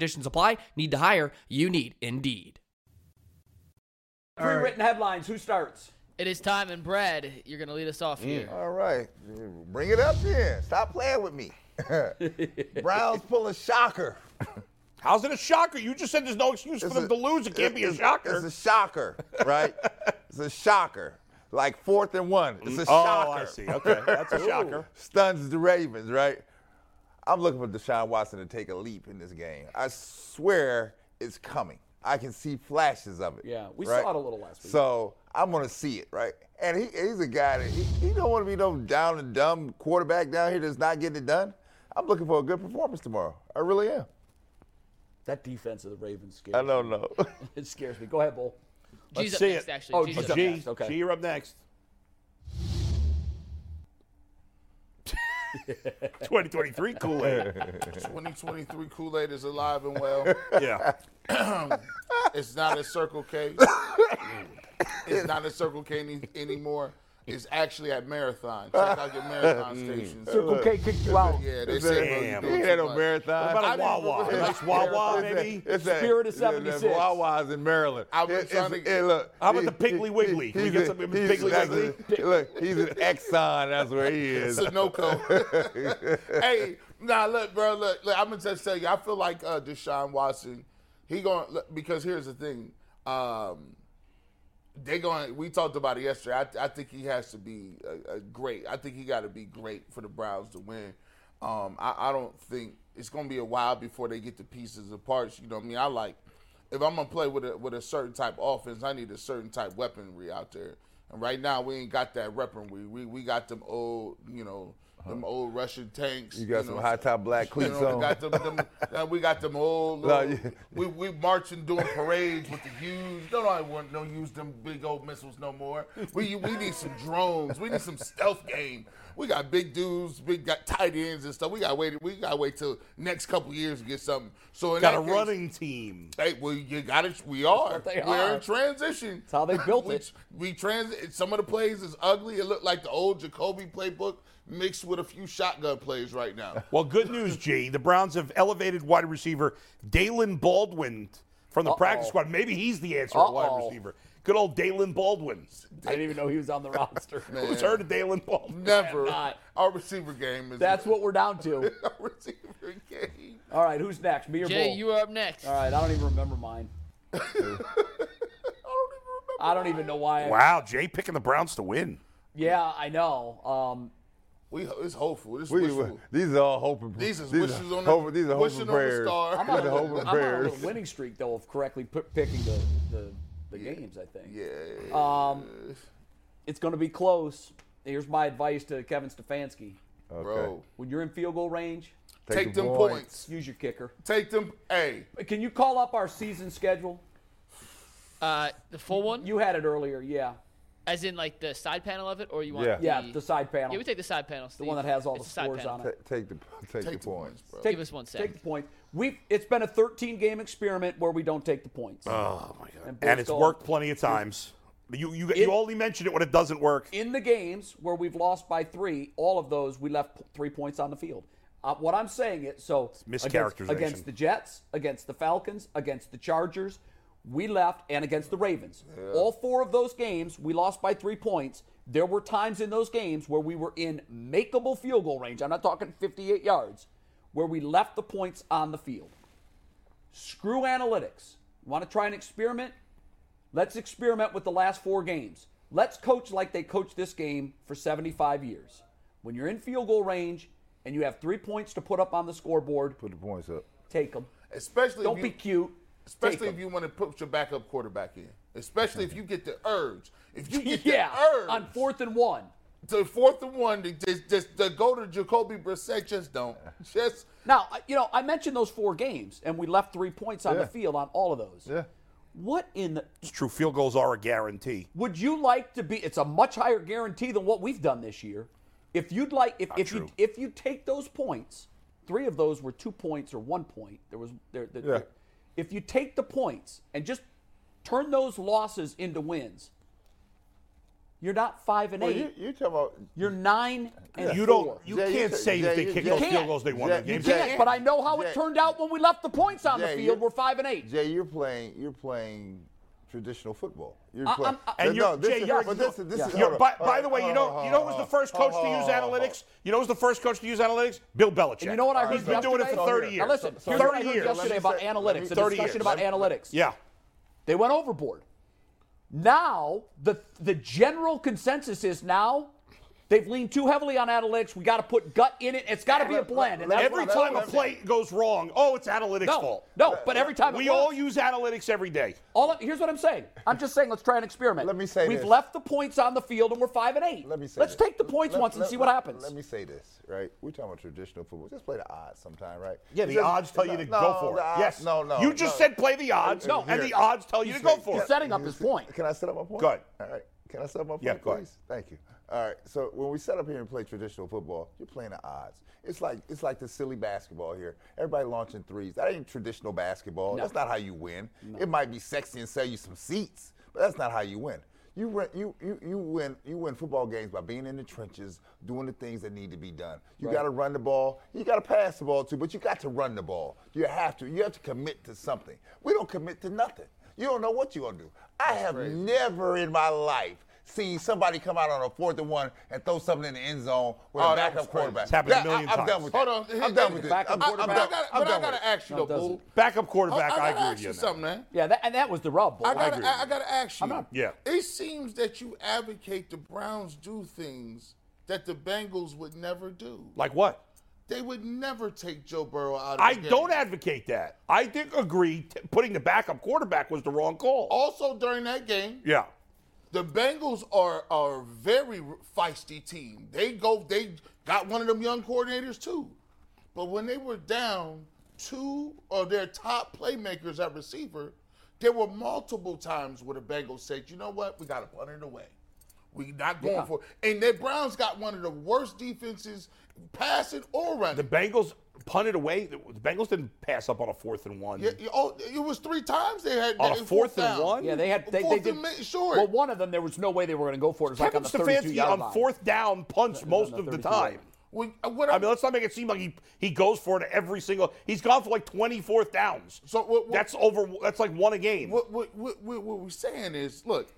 conditions apply. Need to hire? You need Indeed. Pre-written headlines. Who starts? It is time and bread. You're gonna lead us Mm. off here. All right. Bring it up then. Stop playing with me. Browns pull a shocker. How's it a shocker? You just said there's no excuse for It's them to lose. It can't be a it's- shocker. It's a shocker, right? it's a shocker. Like fourth and one. It's a oh, shocker. I see. Okay, that's a shocker. Stuns the Ravens, right? I'm looking for Deshaun Watson to take a leap in this game. I swear it's coming. I can see flashes of it. Yeah, we right? saw it a little last week. So I'm gonna see it, right? And he, he's a guy that he, he don't want to be no down and dumb quarterback down here that's not getting it done. I'm looking for a good performance tomorrow. I really am. That defense of the Ravens scares I don't know. me. It scares me. Go ahead, Bull. G's up see next, it. actually. Oh, G's G's up up next. G, okay. G, you're up next. 2023 Kool Aid. 2023 Kool Aid is alive and well. Yeah. it's not a Circle K. It's not a Circle K any, anymore. It's actually at Marathon. Check out your Marathon stations. Circle K kicked you out. Yeah, they say Mm. Damn. bro, He you doing ain't had too no much. marathon. What about a Wawa? remember- Nice Wawa, It's maybe? that- it's that- Spirit of it's that 76. Wawa's in Maryland. I was It- trying it's- to- it- look, How about he- the Piggly he- Wiggly? Can we he's get a- some he's- Piggly that's Wiggly? a- Look, he's an Exxon. That's where he is. Sunoco. hey, nah, look, bro, look, look, I'm gonna just tell you, I feel like uh, Deshaun Watson, he going to because here's the thing, um, they going. We talked about it yesterday. I, I think he has to be a, a great. I think he got to be great for the Browns to win. Um, I, I don't think it's going to be a while before they get the pieces and parts. You know what I mean? I like if I'm gonna play with a with a certain type of offense, I need a certain type weaponry out there. And right now, we ain't got that weaponry. We we got them old, you know, them old Russian tanks. Uh-huh. You got know, some high top black you cleats know, on. we got them, them- uh, we got them old. No, little- you- we we marching doing parades with the Hughes. No, no, I want no use them big old missiles no more. We we need some drones. We need some stealth game. We got big dudes, we got tight ends and stuff. We got wait. We got to wait till next couple years to get something. So in Got that a case- running team. Hey, well, you got it. We are. they We're are. in transition. That's how they built it. We trans. Some of the plays is ugly. It looked like the old Jacoby playbook mixed with a few shotgun plays right now. Well, good news, G. The Browns have elevated wide receiver Dalen Baldwin from the practice squad. Maybe he's the answer at wide Uh-oh. receiver. Good old Dalen Baldwin. I didn't even know he was on the roster. Who's heard of Dalen Baldwin? Never. not. Our receiver game is. That's what we're down to. Our receiver game. All right, who's next? Me or Jay, Bull? you are up next. All right, I don't even remember mine. I don't even know why. I, Wow, Jay picking the Browns to win. Yeah, I know. Um, We it's hopeful. It's We, wishful. these are all hope and These is these wishes are on hope, the these are hope wishing and on the prayers. star. You I'm, on got a, the hope little, and I'm on a prayers. little winning streak though of correctly p- picking the the, the games. I think. Yeah. Um, it's going to be close. Here's my advice to Kevin Stefanski: Bro, when you're in field goal range, take, the them points. points. use your kicker. Take them. Hey, Can you call up our season schedule? Uh, the full one. You had it earlier, yeah. As in like the side panel of it, or you want? Yeah. the, Yeah, the side panel. Yeah, we take the side panel. the Steve. one that has all It's the scores side panel. on Ta- it. Take the Take take, the the points, points. bro. Take, Give us one sec. Take the point. We've it's been a 13 game experiment where we don't take the points. Oh my god! And, Bristol- it's worked plenty of times. You you It- you only mention it when it doesn't work. in the games where we've lost by three, all of those we left p- three points on the field. Uh, what I'm saying is so against, mischaracterization. against the Jets, against the Falcons, against the Chargers, we left, and against the Ravens. All four of those games we lost by three points. There were times in those games where we were in makeable field goal range. I'm not talking 58 yards, where we left the points on the field. Screw analytics. You want to try an experiment? Let's experiment with the last four games. Let's coach like they coached this game for 75 years. When you're in field goal range and you have three points to put up on the scoreboard, Put the points up. take them. Especially Don't if be you, cute. Especially Take if 'em. you want to put your backup quarterback in. Especially if you get the urge. If you get yeah, the urge on fourth and one. to fourth and one to just, just to go to Jacoby Brissett, just don't. Just Now, I- you know, I mentioned those four games and we left three points on the Yeah. field on all of those. Yeah. What in the, It's true. Field goals are a guarantee. would you like to be it's a much higher guarantee than what we've done this year if you'd like if, if you true. if you take those points three of those were two points or one point there was there, there- Yeah. if you take the points and just turn those losses into wins you're not five and Well, you eight you talking about you, are nine and You four. don't. You Jay, you can't ta- say Jay, that they you- kick you those can't. field goals they won Jay, the you game. can't. Yes, but i know how Jay. it turned out when we left the points on Jay, the you're- field we're five and eight Jay, you're playing. You're playing traditional football. You're I- playing. I'm- And no, you're, this Jay, is, you're, but this is, this is, you're- hold on, by, hold by on, the way, you hold know, on, you know, who was hold the on, first coach to hold on, use hold on, hold on. analytics? You know, who was the first coach to use analytics? Bill Belichick. And you know what I heard He's been yesterday? doing it for 30 years. Now listen, So- here's what I 30 heard years. yesterday about Let me- analytics, a 30 years. discussion about analytics. Yeah. They went overboard. Now the the general consensus is now they've leaned too heavily on analytics. We got to put gut in it. It's got to be a blend. And that's Every what I'm time a talking play goes wrong, oh, it's analytics' about. fault. no, no. But every time it We all works. use analytics every day. All of, here's what I'm saying. I'm just saying let's try an experiment. Let me say we've this. left the points on the field and we're five and eight. Let me say let's this. take the points Let- once and let- see what let- happens. Let me say this, right? We're talking about traditional football. Just play the odds sometime, right? Yeah, It's the just- odds tell you to no, go for the it. odds- Yes. No, no. You just no. said play the odds, No. and the Here. odds tell you to go for He's it. setting up his point. Can I set up my point? Go ahead. All right. Can I set up my point? Yeah, go ahead. please? Thank you. All right. So when we set up here and play traditional football, you're playing the odds. It's like it's like the silly basketball here. Everybody launching threes. That ain't traditional basketball. That's not how you win. It might be sexy and sell you some seats, but that's not how you win. You win, you, you, you win you win football games by being in the trenches, doing the things that need to be done. You got to run the ball. You got to pass the ball too, but you got to run the ball. You have to. You have to commit to something. We don't commit to nothing. You don't know what you're gonna do. I have never in my life seen somebody come out on a fourth and one and throw something in the end zone with Oh, a that was backup crazy. quarterback. It's happened a That- million I, I'm times. done with hold that. on. I'm done with this. Backup I'm, I'm done- quarterback. I, I'm but I done gotta with it. ask you No, though, it Bull. doesn't. Backup quarterback, I, I I, gotta agree with ask you. you on that. something, man. yeah, that, and that was the rub. Bull. I gotta, with I, I gotta ask you. not- Yeah. It seems that you advocate the Browns do things that the Bengals would never do. Like what? They would never take Joe Burrow out of I the game. don't advocate that. I think agree t- putting the backup quarterback was the wrong call. Also during that game, yeah. the Bengals are are a very feisty team. They go, they got one of them young coordinators too. But when they were down two of their top playmakers at receiver, there were multiple times where the Bengals said, "You know what? We got to punt it away. We not going Yeah. for." It. And the Browns got one of the worst defenses, Mm. passing or The running. Bengals punted away. The Bengals didn't pass up on a fourth and one. Yeah, you- oh, it was three times they had On a they- Uh, fourth and down. one? Yeah, they had they, they Fourth did and mi- short. Well, one of them there was no way they were going to go for it. It was like on Kevin the 32 Stefanski yard on line. fourth down punts most no, of the 32 time. When- uh, what I I'm- mean, let's not make it seem like he he goes for it every single. He's gone for like twenty fourth downs. So what- what- that's over. That's like one a game. what what what, what, what we're saying is, look,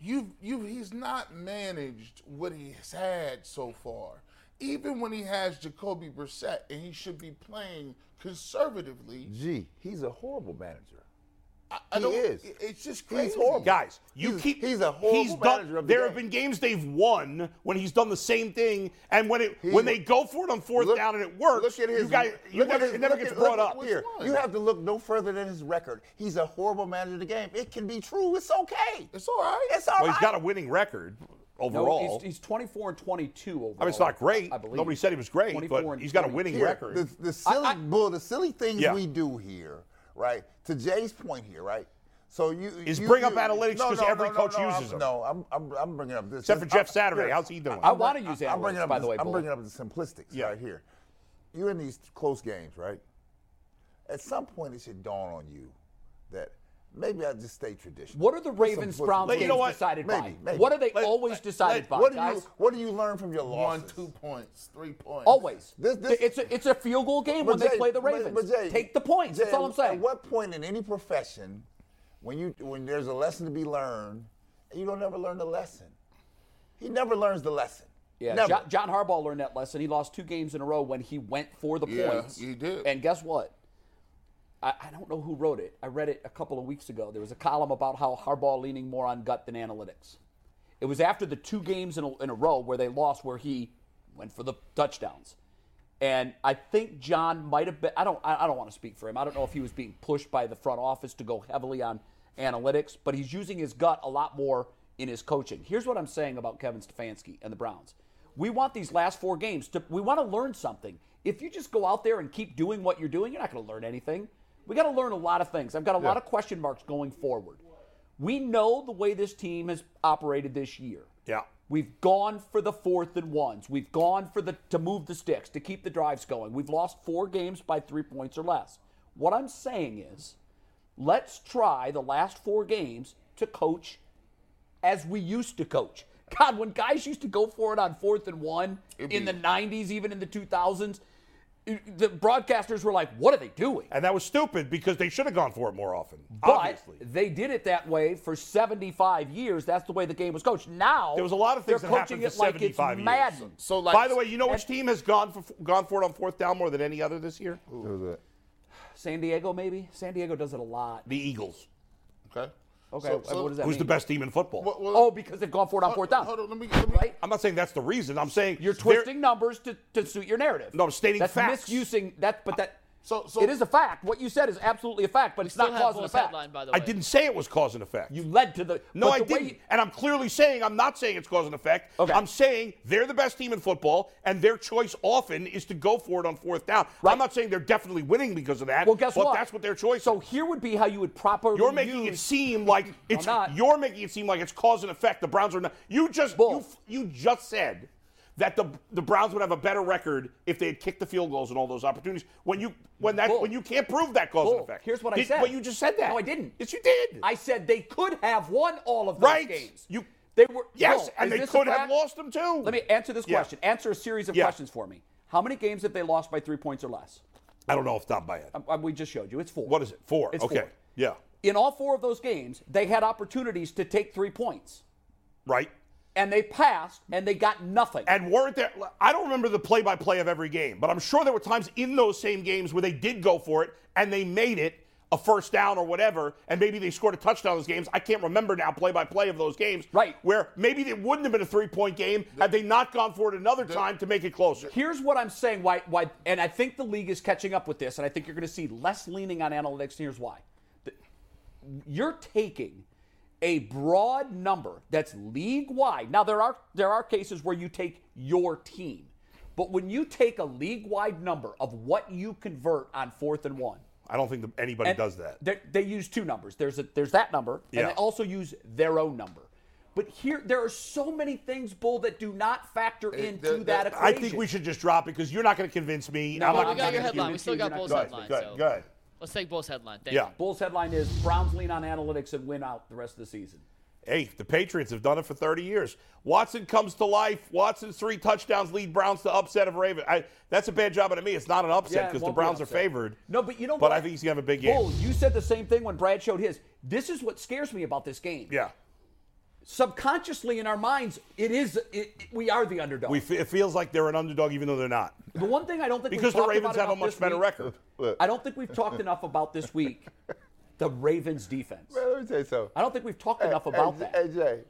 you you he's not managed what he's had so far. Even when he has Jacoby Brissett, and he should be playing conservatively. Gee, he's a horrible manager. I, I He don't, is. it- It's just He's crazy. horrible. Guys, you He's- keep. he's a horrible he's done- manager of the there have game. been games they've won when he's done the same thing, and when it He's- when they go for it on fourth Look- down and it works, Look at his. you guys, you look at never, his- it never look gets at- brought look up. at- Here, Which one? you have to look no further than his record. He's a horrible manager of the game. It can be true. It's okay. It's all right. It's all well, right. he's got a winning record No, overall. he's, he's 24 and 22 overall. I mean, it's not great. I believe. Nobody said he was great, 24 but and he's got a 22. winning Here, record. The, the silly I- bull, the silly things Yeah. we do here, right? To Jay's point here, right? So you Is you- bring up you- analytics no, 'cause no, every no, coach no, uses I'm, them. No, I'm, I'm I'm bringing up this. Except for I'm- Jeff Saturday. here, How's he doing? I'm- I wanna use I'm bringing analytics, up by the this- way, I'm Bull. bringing up the simplistic Yeah. right here. You're in these close games, right? At some point, it should dawn on you that maybe I just stay traditional. What are the Just some Ravens pussy. Browns But you games know what? decided by? Maybe, maybe. What are they Let- always let- decided let- by, What do guys? you What do you learn from your One, losses? two points, three points. always. This- this- it's a it's a field goal game when But they Jay- play the but- Ravens. but Jay- Take the points. That's Jay, all I'm saying. At what point in any profession, when you when there's a lesson to be learned, you don't ever learn the lesson. He never learns the lesson. Yeah, never. John, John Harbaugh learned that lesson. He lost two games in a row when he went for the Yeah, points. he did. And guess what? I, I don't know who wrote it. I read it a couple of weeks ago. There was a column about how Harbaugh leaning more on gut than analytics. It was after the two games in a, in a row where they lost, where he went for the touchdowns. And I think John might have been. I don't. I I don't want to speak for him. I don't know if he was being pushed by the front office to go heavily on analytics, but he's using his gut a lot more in his coaching. Here's what I'm saying about Kevin Stefanski and the Browns. We want these last four games to. We want to learn something. If you just go out there and keep doing what you're doing, you're not going to learn anything. We got to learn a lot of things. I've got a lot of question marks going forward. We know the way this team has operated this year. Yeah. We've gone for the fourth and ones. We've gone for the to move the sticks, to keep the drives going. We've lost four games by three points or less. What I'm saying is, let's try the last four games to coach as we used to coach. God, when guys used to go for it on fourth and one in the 90s, even in the 2000s, it- the broadcasters were like, what are they doing? And that was stupid because they should have gone for it more often. But obviously. they did it that way for 75 years. That's the way the game was coached. Now There was a lot of things they're that coaching happened for it like it's 75 years. Madden. So like, By the way, you know which team has gone for gone for it on fourth down more than any other this year? San Diego, maybe. San Diego does it a lot. The Eagles. okay, Okay, So- what so does that Who's mean? the best team in football? Well, well, Oh, because they've gone for it on hold- fourth down. Hold on, let me, let me Right? I'm not saying that's the reason. I'm saying You're they're- twisting numbers to, to suit your narrative. No, I'm stating That's facts. misusing that, but that. So- so- it is a fact. What you said is absolutely a fact, but it's Still not have cause and Bull's effect. headline, by the way. I didn't say it was cause and effect. You led to the. No, but I the way didn't. you- and I'm clearly saying I'm not saying it's cause and effect. Okay. I'm saying they're the best team in football, and their choice often is to go for it on fourth down. Right. I'm not saying they're definitely winning because of that. well, guess but what? That's what their choice. So is. here would be how you would properly. you're making it use- seem like it's not. you're making it seem like it's cause and effect. The Browns are not. You just Bull. you, f- you just said that the the Browns would have a better record if they had kicked the field goals and all those opportunities. When you when that Bull. when you can't prove that cause Bull, and effect. here's what I Did- said. But you just said that. No, I didn't. Yes, you did. I said they could have won all of those Right. games. You- they were Yes, Bill, and is they this a could have fact? lost them too. Let me answer this Yeah. question. Answer a series of Yeah. questions for me. How many games have they lost by three points or less? I don't know off the top of my head. Uh, We just showed you. It's four. What is it? Four. It's okay. four. Yeah. In all four of those games, they had opportunities to take three points, Right. and they passed, and they got nothing. And weren't there? I don't remember the play-by-play of every game, but I'm sure there were times in those same games where they did go for it and they made it a first down or whatever, and maybe they scored a touchdown in those games. I can't remember now play-by-play of those games. Right. Where maybe it wouldn't have been a three-point game had they not gone for it another time to make it closer. Here's what I'm saying. Why? Why? And I think the league is catching up with this, and I think you're going to see less leaning on analytics. And here's why: The- you're taking a broad number that's league wide. Now there are there are cases where you take your team, but when you take a league wide number of what you convert on fourth and one, I don't think that anybody and does that. They, they use two numbers. There's a, there's that number, Yeah. and they also use their own number. But here, there are so many things, Bull, that do not factor into there- that there- equation. I think we should just drop it because you're not going to convince me. No, I'm not Well, we gonna got your convince you. headline. We still got You're Bull's not- Good. headline. Good. so Good. Let's take Bull's headline. Thank Yeah. you. Bull's headline is Browns lean on analytics and win out the rest of the season. Hey, the Patriots have done it for 30 years. Watson comes to life. Watson's three touchdowns lead Browns to upset of Raven. I, that's a bad job out of me. It's not an upset Yeah, it because the won't be Browns are upset. favored. No, but you know But what? I think he's gonna have a big game. Bull, you said the same thing when Brad showed his. This is what scares me about this game. Yeah, Subconsciously in our minds, it is it, it- we are the underdog. we f- it feels like they're an underdog even though they're not the one thing I don't think we've because the talked Ravens about have a enough much this better week- record. I don't think we've talked enough about this week. The Ravens defense. Man, let me tell you something. I don't think we've talked enough Hey, about hey, that. Hey Jay,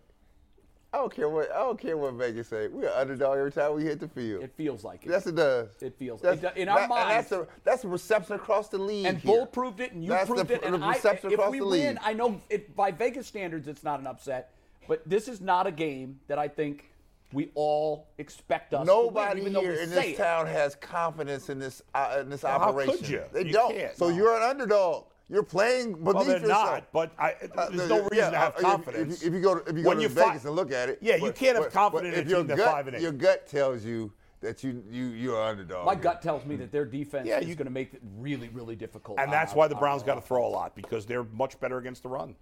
I don't care what I don't care what Vegas say. We're an underdog every time we hit the field. It feels like it. Yes, it does. It feels- That's- it do- in our that- and that's minds- the that's the reception across the league. and here. Bull proved it, and you That's proved the, it, and the I, reception if across we the league. win, I know it, by Vegas standards it's not an upset, but this is not a game that I think we all expect us. Nobody to win, even here though we in say this it. town has confidence in this uh, in this how operation. could you? They You don't. can't. So No. you're an underdog. You're playing beneath Well, they're yourself. not, but I, Uh, there's no yeah, reason to uh, have if- if- confidence. If, you go to, if you go when to you Vegas fi- and look at it, Yeah, you but- can't have but- confidence but in if a your team that's gut- five and eight. Your gut tells you that you you you're an underdog. My here. gut tells me that their defense Yeah, you- is going to make it really, really difficult. Ah, and on- that's on- why the on Browns got to offense. throw a lot because they're much better against the run.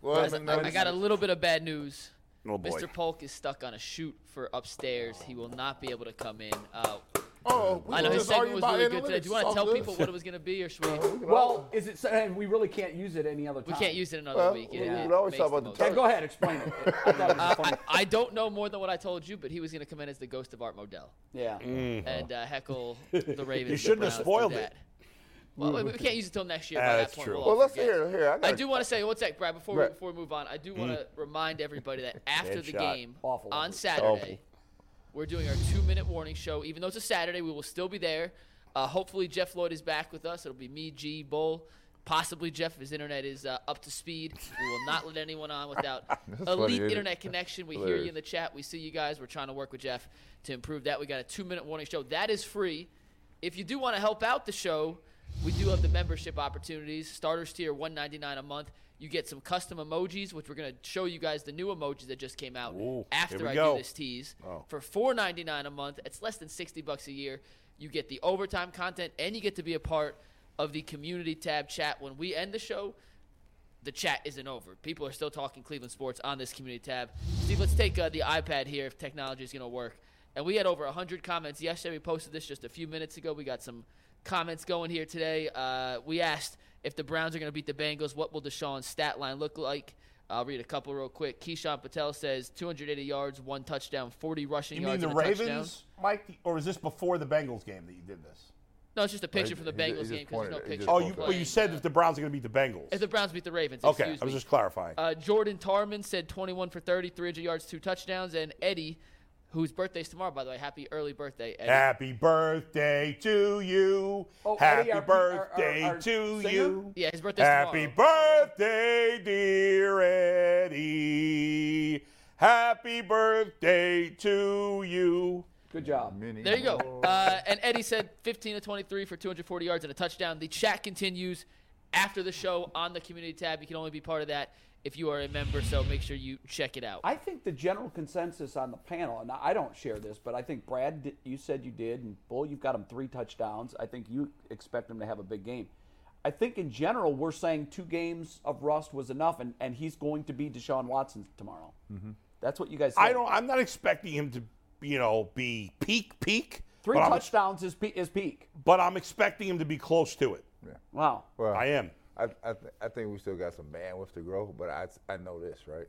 Well, Guys, I, mean, that's- I got a little bit of bad news. Oh, boy. Mr. Polk is stuck on a shoot for upstairs. He will not be able to come in. Uh, Oh, we I know his just segment argued was about really good today. analytics. Do you want to All tell good. people what it was going to be, or should we? Well, is it? And we really can't use it any other time. We can't use it another Well, week. we It- can it always makes talk the about the most- Yeah, go ahead, explain it. I thought it was funny. I, I don't know more than what I told you, but he was going to come in as the ghost of Art Modell Yeah. and uh, heckle the Ravens. Mm-hmm. You and shouldn't have Browns to spoiled it. that. Well, we we can't use it till next year. Ah, By that's that point, true. We'll all Well, let's forget. hear here. I, I gotta- do want to say one sec, Brad. Before we, Brad. before we move on, I do want Mm. to remind everybody that after Dead the shot. game Awful. on Saturday, we're doing our two-minute warning show. Even though it's a Saturday, we will still be there. Uh, hopefully, Jeff Lloyd is back with us. It'll be me, G, Bull, possibly Jeff. if His internet is uh, up to speed. We will not let anyone on without funny, elite isn't it? internet connection. We hear you in the chat. We see you guys. We're trying to work with Jeff to improve that. We got a two-minute warning show that is free. If you do want to help out the show, we do have the membership opportunities. Starters tier 199 a month. You get some custom emojis, which we're going to show you guys the new emojis that just came out here after we I go. Oh. do this tease. For 4.99 a month, it's less than 60 bucks a year. You get the overtime content and you get to be a part of the community tab chat when we end the show the chat isn't over. People are still talking Cleveland sports on this community tab. Steve, let's take uh, the iPad here if technology is going to work. And we had over 100 comments yesterday. We posted this just a few minutes ago. We got some comments going here today. Uh, we asked if the Browns are going to beat the Bengals, what will Deshaun's stat line look like? I'll read a couple real quick. Keyshawn Patel says 280 yards, one touchdown, 40 rushing You mean yards. the and a touchdown. Ravens, Mike, or is this before the Bengals game that you did this? No, it's just a picture he- from the he ju- he Bengals just game because there's no pointed it. He picture. just Oh, of you, Okay. well, playing, you said uh, if the Browns are going to beat the Bengals. if the Browns beat the Ravens. okay, excuse I was me. just clarifying. Uh, Jordan Tarman said 21 for 30, 300 yards, two touchdowns. And Eddie, whose birthday's tomorrow, by the way, happy early birthday, Eddie. Happy birthday to you. Oh, Happy Eddie, our- our- birthday our- our to singer? you. yeah, his birthday's Happy tomorrow. birthday, dear Eddie. Happy birthday to you. Good job. Mini- There you go. Uh, and Eddie said 15 to 23 for 240 yards and a touchdown. The chat continues after the show on the community tab. You can only be part of that if you are a member, so make sure you check it out. I think the general consensus on the panel, and I don't share this, but I think Brad, di- you said you did, and Bull, you've got him three touchdowns. I think you expect him to have a big game. I think in general, we're saying two games of rust was enough, and, and he's going to be Deshaun Watson tomorrow. Mm-hmm. That's what you guys. Said. I don't. I'm not expecting him to, you know, be peak peak. Three but I'm- touchdowns is pe- is peak. but I'm expecting him to be close to it. Wow. Well, I am. I, I, th- I think we still got some bandwidth to grow, but I, I know this right.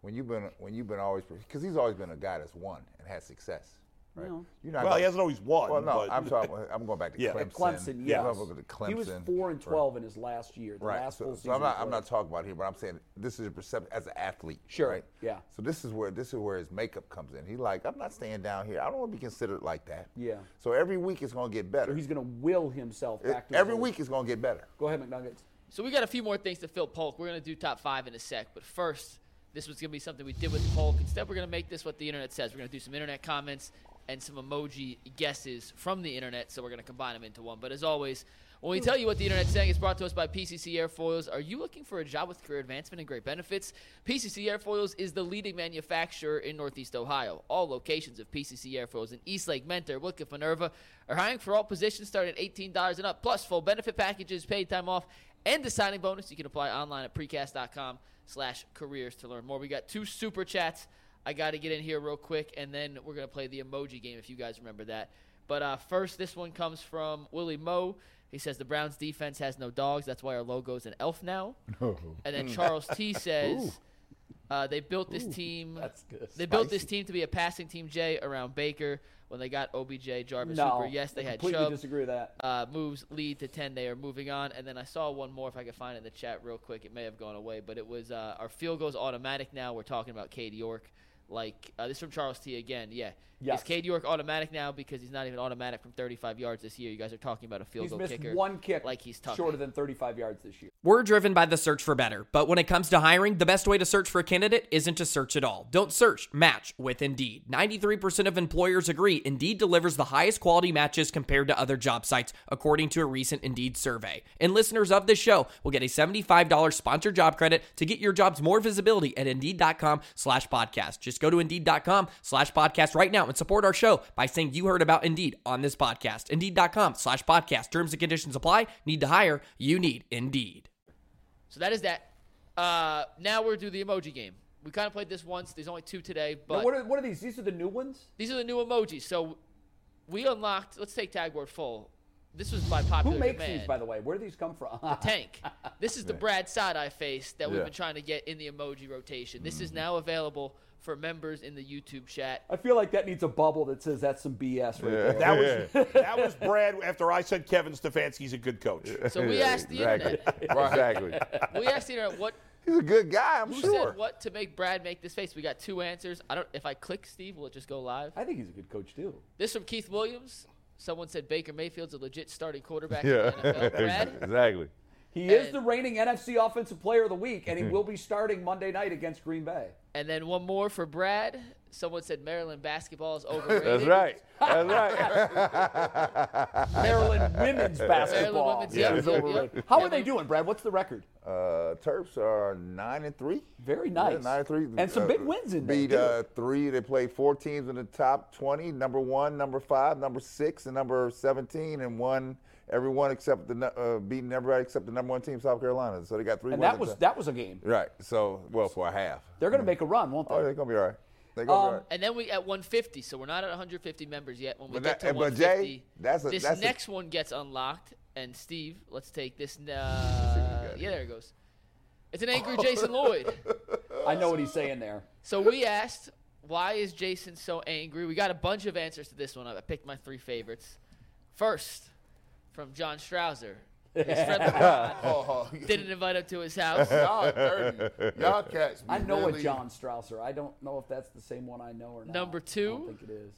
When you've been when you've been always because he's always been a guy that's won and had success, right? You're not Well, he gonna- hasn't always won. Well, no, but- I'm sorry. I'm going back to Yeah. Clemson. At Clemson, I'm yes. going back to Clemson. He was four and Right. twelve in his last year, the last full So, season. so I'm not. he I'm played. not talking about here, but I'm saying this is your perception as an athlete. Sure, Right? yeah. So this is where this is where his makeup comes in. He's like, I'm not staying down here. I don't want to be considered like that. Yeah. So every week it's going to get better. He's going to will himself It- back to his every old- week it's going to get better. Go ahead, McNuggets. So we got a few more things to fill Polk. We're going to do top five in a sec. But first, this was going to be something we did with Polk. Instead, we're going to make this what the internet says. We're going to do some internet comments and some emoji guesses from the internet. So we're going to combine them into one. But as always, when we tell you what the internet's saying, it's brought to us by PCC Airfoils. Are you looking for a job with career advancement and great benefits? PCC Airfoils is the leading manufacturer in Northeast Ohio. All locations of PCC Airfoils in Eastlake, Mentor, Wickliffe, Minerva are hiring for all positions starting at $18 and up, plus full benefit packages, paid time off, and a signing bonus. You can apply online at precast.com slash careers to learn more. We got two super chats. I got to get in here real quick, and then we're going to play the emoji game if you guys remember that. But uh, first, this one comes from Willie Moe. He says, The Browns defense has no dogs. That's why our logo's an elf now. And then Charles T says, uh, They built this team. That's good. They built this team to be a passing team, Jay, around Baker. When they got OBJ, Jarvis No. Super, yes, they I had completely Chubb disagree with that. uh, moves lead to 10. They are moving on. And then I saw one more, if I could find it in the chat real quick. It may have gone away, but it was uh, our field goals automatic now. We're talking about Cade York. Like uh, this from Charles T again. Yeah. Yes. Is Cade York automatic now because he's not even automatic from 35 yards this year? You guys are talking about a field He's goal missed kicker. one kick Like he's tough. shorter than 35 yards this year. We're driven by the search for better, but when it comes to hiring, the best way to search for a candidate isn't to search at all. Don't search, match with Indeed. 93% of employers agree Indeed delivers the highest quality matches compared to other job sites, according to a recent Indeed survey. And listeners of this show will get a $75 sponsored job credit to get your jobs more visibility at Indeed.com slash podcast. Just go to Indeed.com slash podcast right now and support our show by saying you heard about Indeed on this podcast. Indeed.com slash podcast. Terms and conditions apply. Need to hire? You need Indeed. So that is that. Uh, now we're do the emoji game. We kind of played this once. There's only two today, Now, but what, are, what are these? These are the new ones? these are the new emojis. So we unlocked. Let's take tag word full. This was by Who popular makes demand. these, by the way? Where do these come from? Tank. This is the Brad side eye face that we've Yeah. Mm-hmm. been trying to get in the emoji rotation. This is now available for members in the YouTube chat. I feel like that needs a bubble that says that's some BS right there. That was that was Brad after I said Kevin Stefanski's a good coach. So we asked the exactly. internet. Exactly. We asked the internet what He's a good guy, I'm who sure. said what to make Brad make this face. We got two answers. I don't. If I click Steve, will it just go live? I think he's a good coach, too. This from Keith Williams. Someone said Baker Mayfield's a legit starting quarterback in the NFL. Brad, exactly. He is the reigning NFC Offensive Player of the Week, and he will be starting Monday night against Green Bay. and then one more for Brad. Someone said Maryland basketball is overrated. That's right. That's right. Maryland women's basketball. women's, yeah, is yeah, yeah. overrated. How are they doing, Brad? What's the record? Uh, Terps are nine and three. Very Yeah, nice. nine and three. And some Uh, big wins in there, Beat too. uh, three. They played four teams in the top twenty: number one, number five, number six, and number seventeen, and won every one except the nu- uh, beating everybody except the number one team, South Carolina. So they got three. And wins that in was the- that was a game. Right. So well for a half. They're going to make a run, won't they? Oh, they're gonna be all right. They're gonna be all Um, right. And then we at 150, so we're not at 150 members yet. When we But get that- to but 150, Jay, that's a- this that's a- next one gets unlocked. And Steve, let's take this. Uh, yeah, there it goes. It's an angry Jason Lloyd. I know what he's saying there. So we asked, why is Jason so angry? We got a bunch of answers to this one. I picked my three favorites. First, from John Strauser. His friend LeBron Oh, didn't invite him to his house. y'all dirty. Y'all cats. be I know really, a John Strausser. I don't know if that's the same one I know or not. Number I don't two. think it is.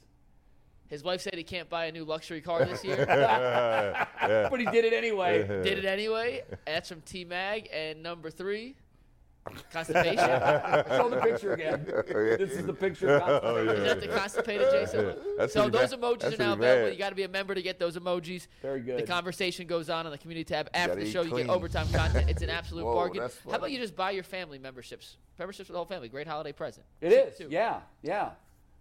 His wife said he can't buy a new luxury car this year. But he did it anyway. Uh-huh. Did it anyway. That's from T Mag. And number three, constipation. Show the picture again. Oh, This is the picture. Of oh, Is that the constipated Jason? That's so pretty those bad. emojis That's are now pretty available. bad. You got to be a member to get those emojis. Very good. The conversation goes on on the community tab after gotta the eat show. You get clean. overtime content. It's an absolute Whoa, bargain. that's How about funny. you just buy your family memberships? Memberships for the whole family. Great holiday present. It Cheap, is. too. Yeah, yeah.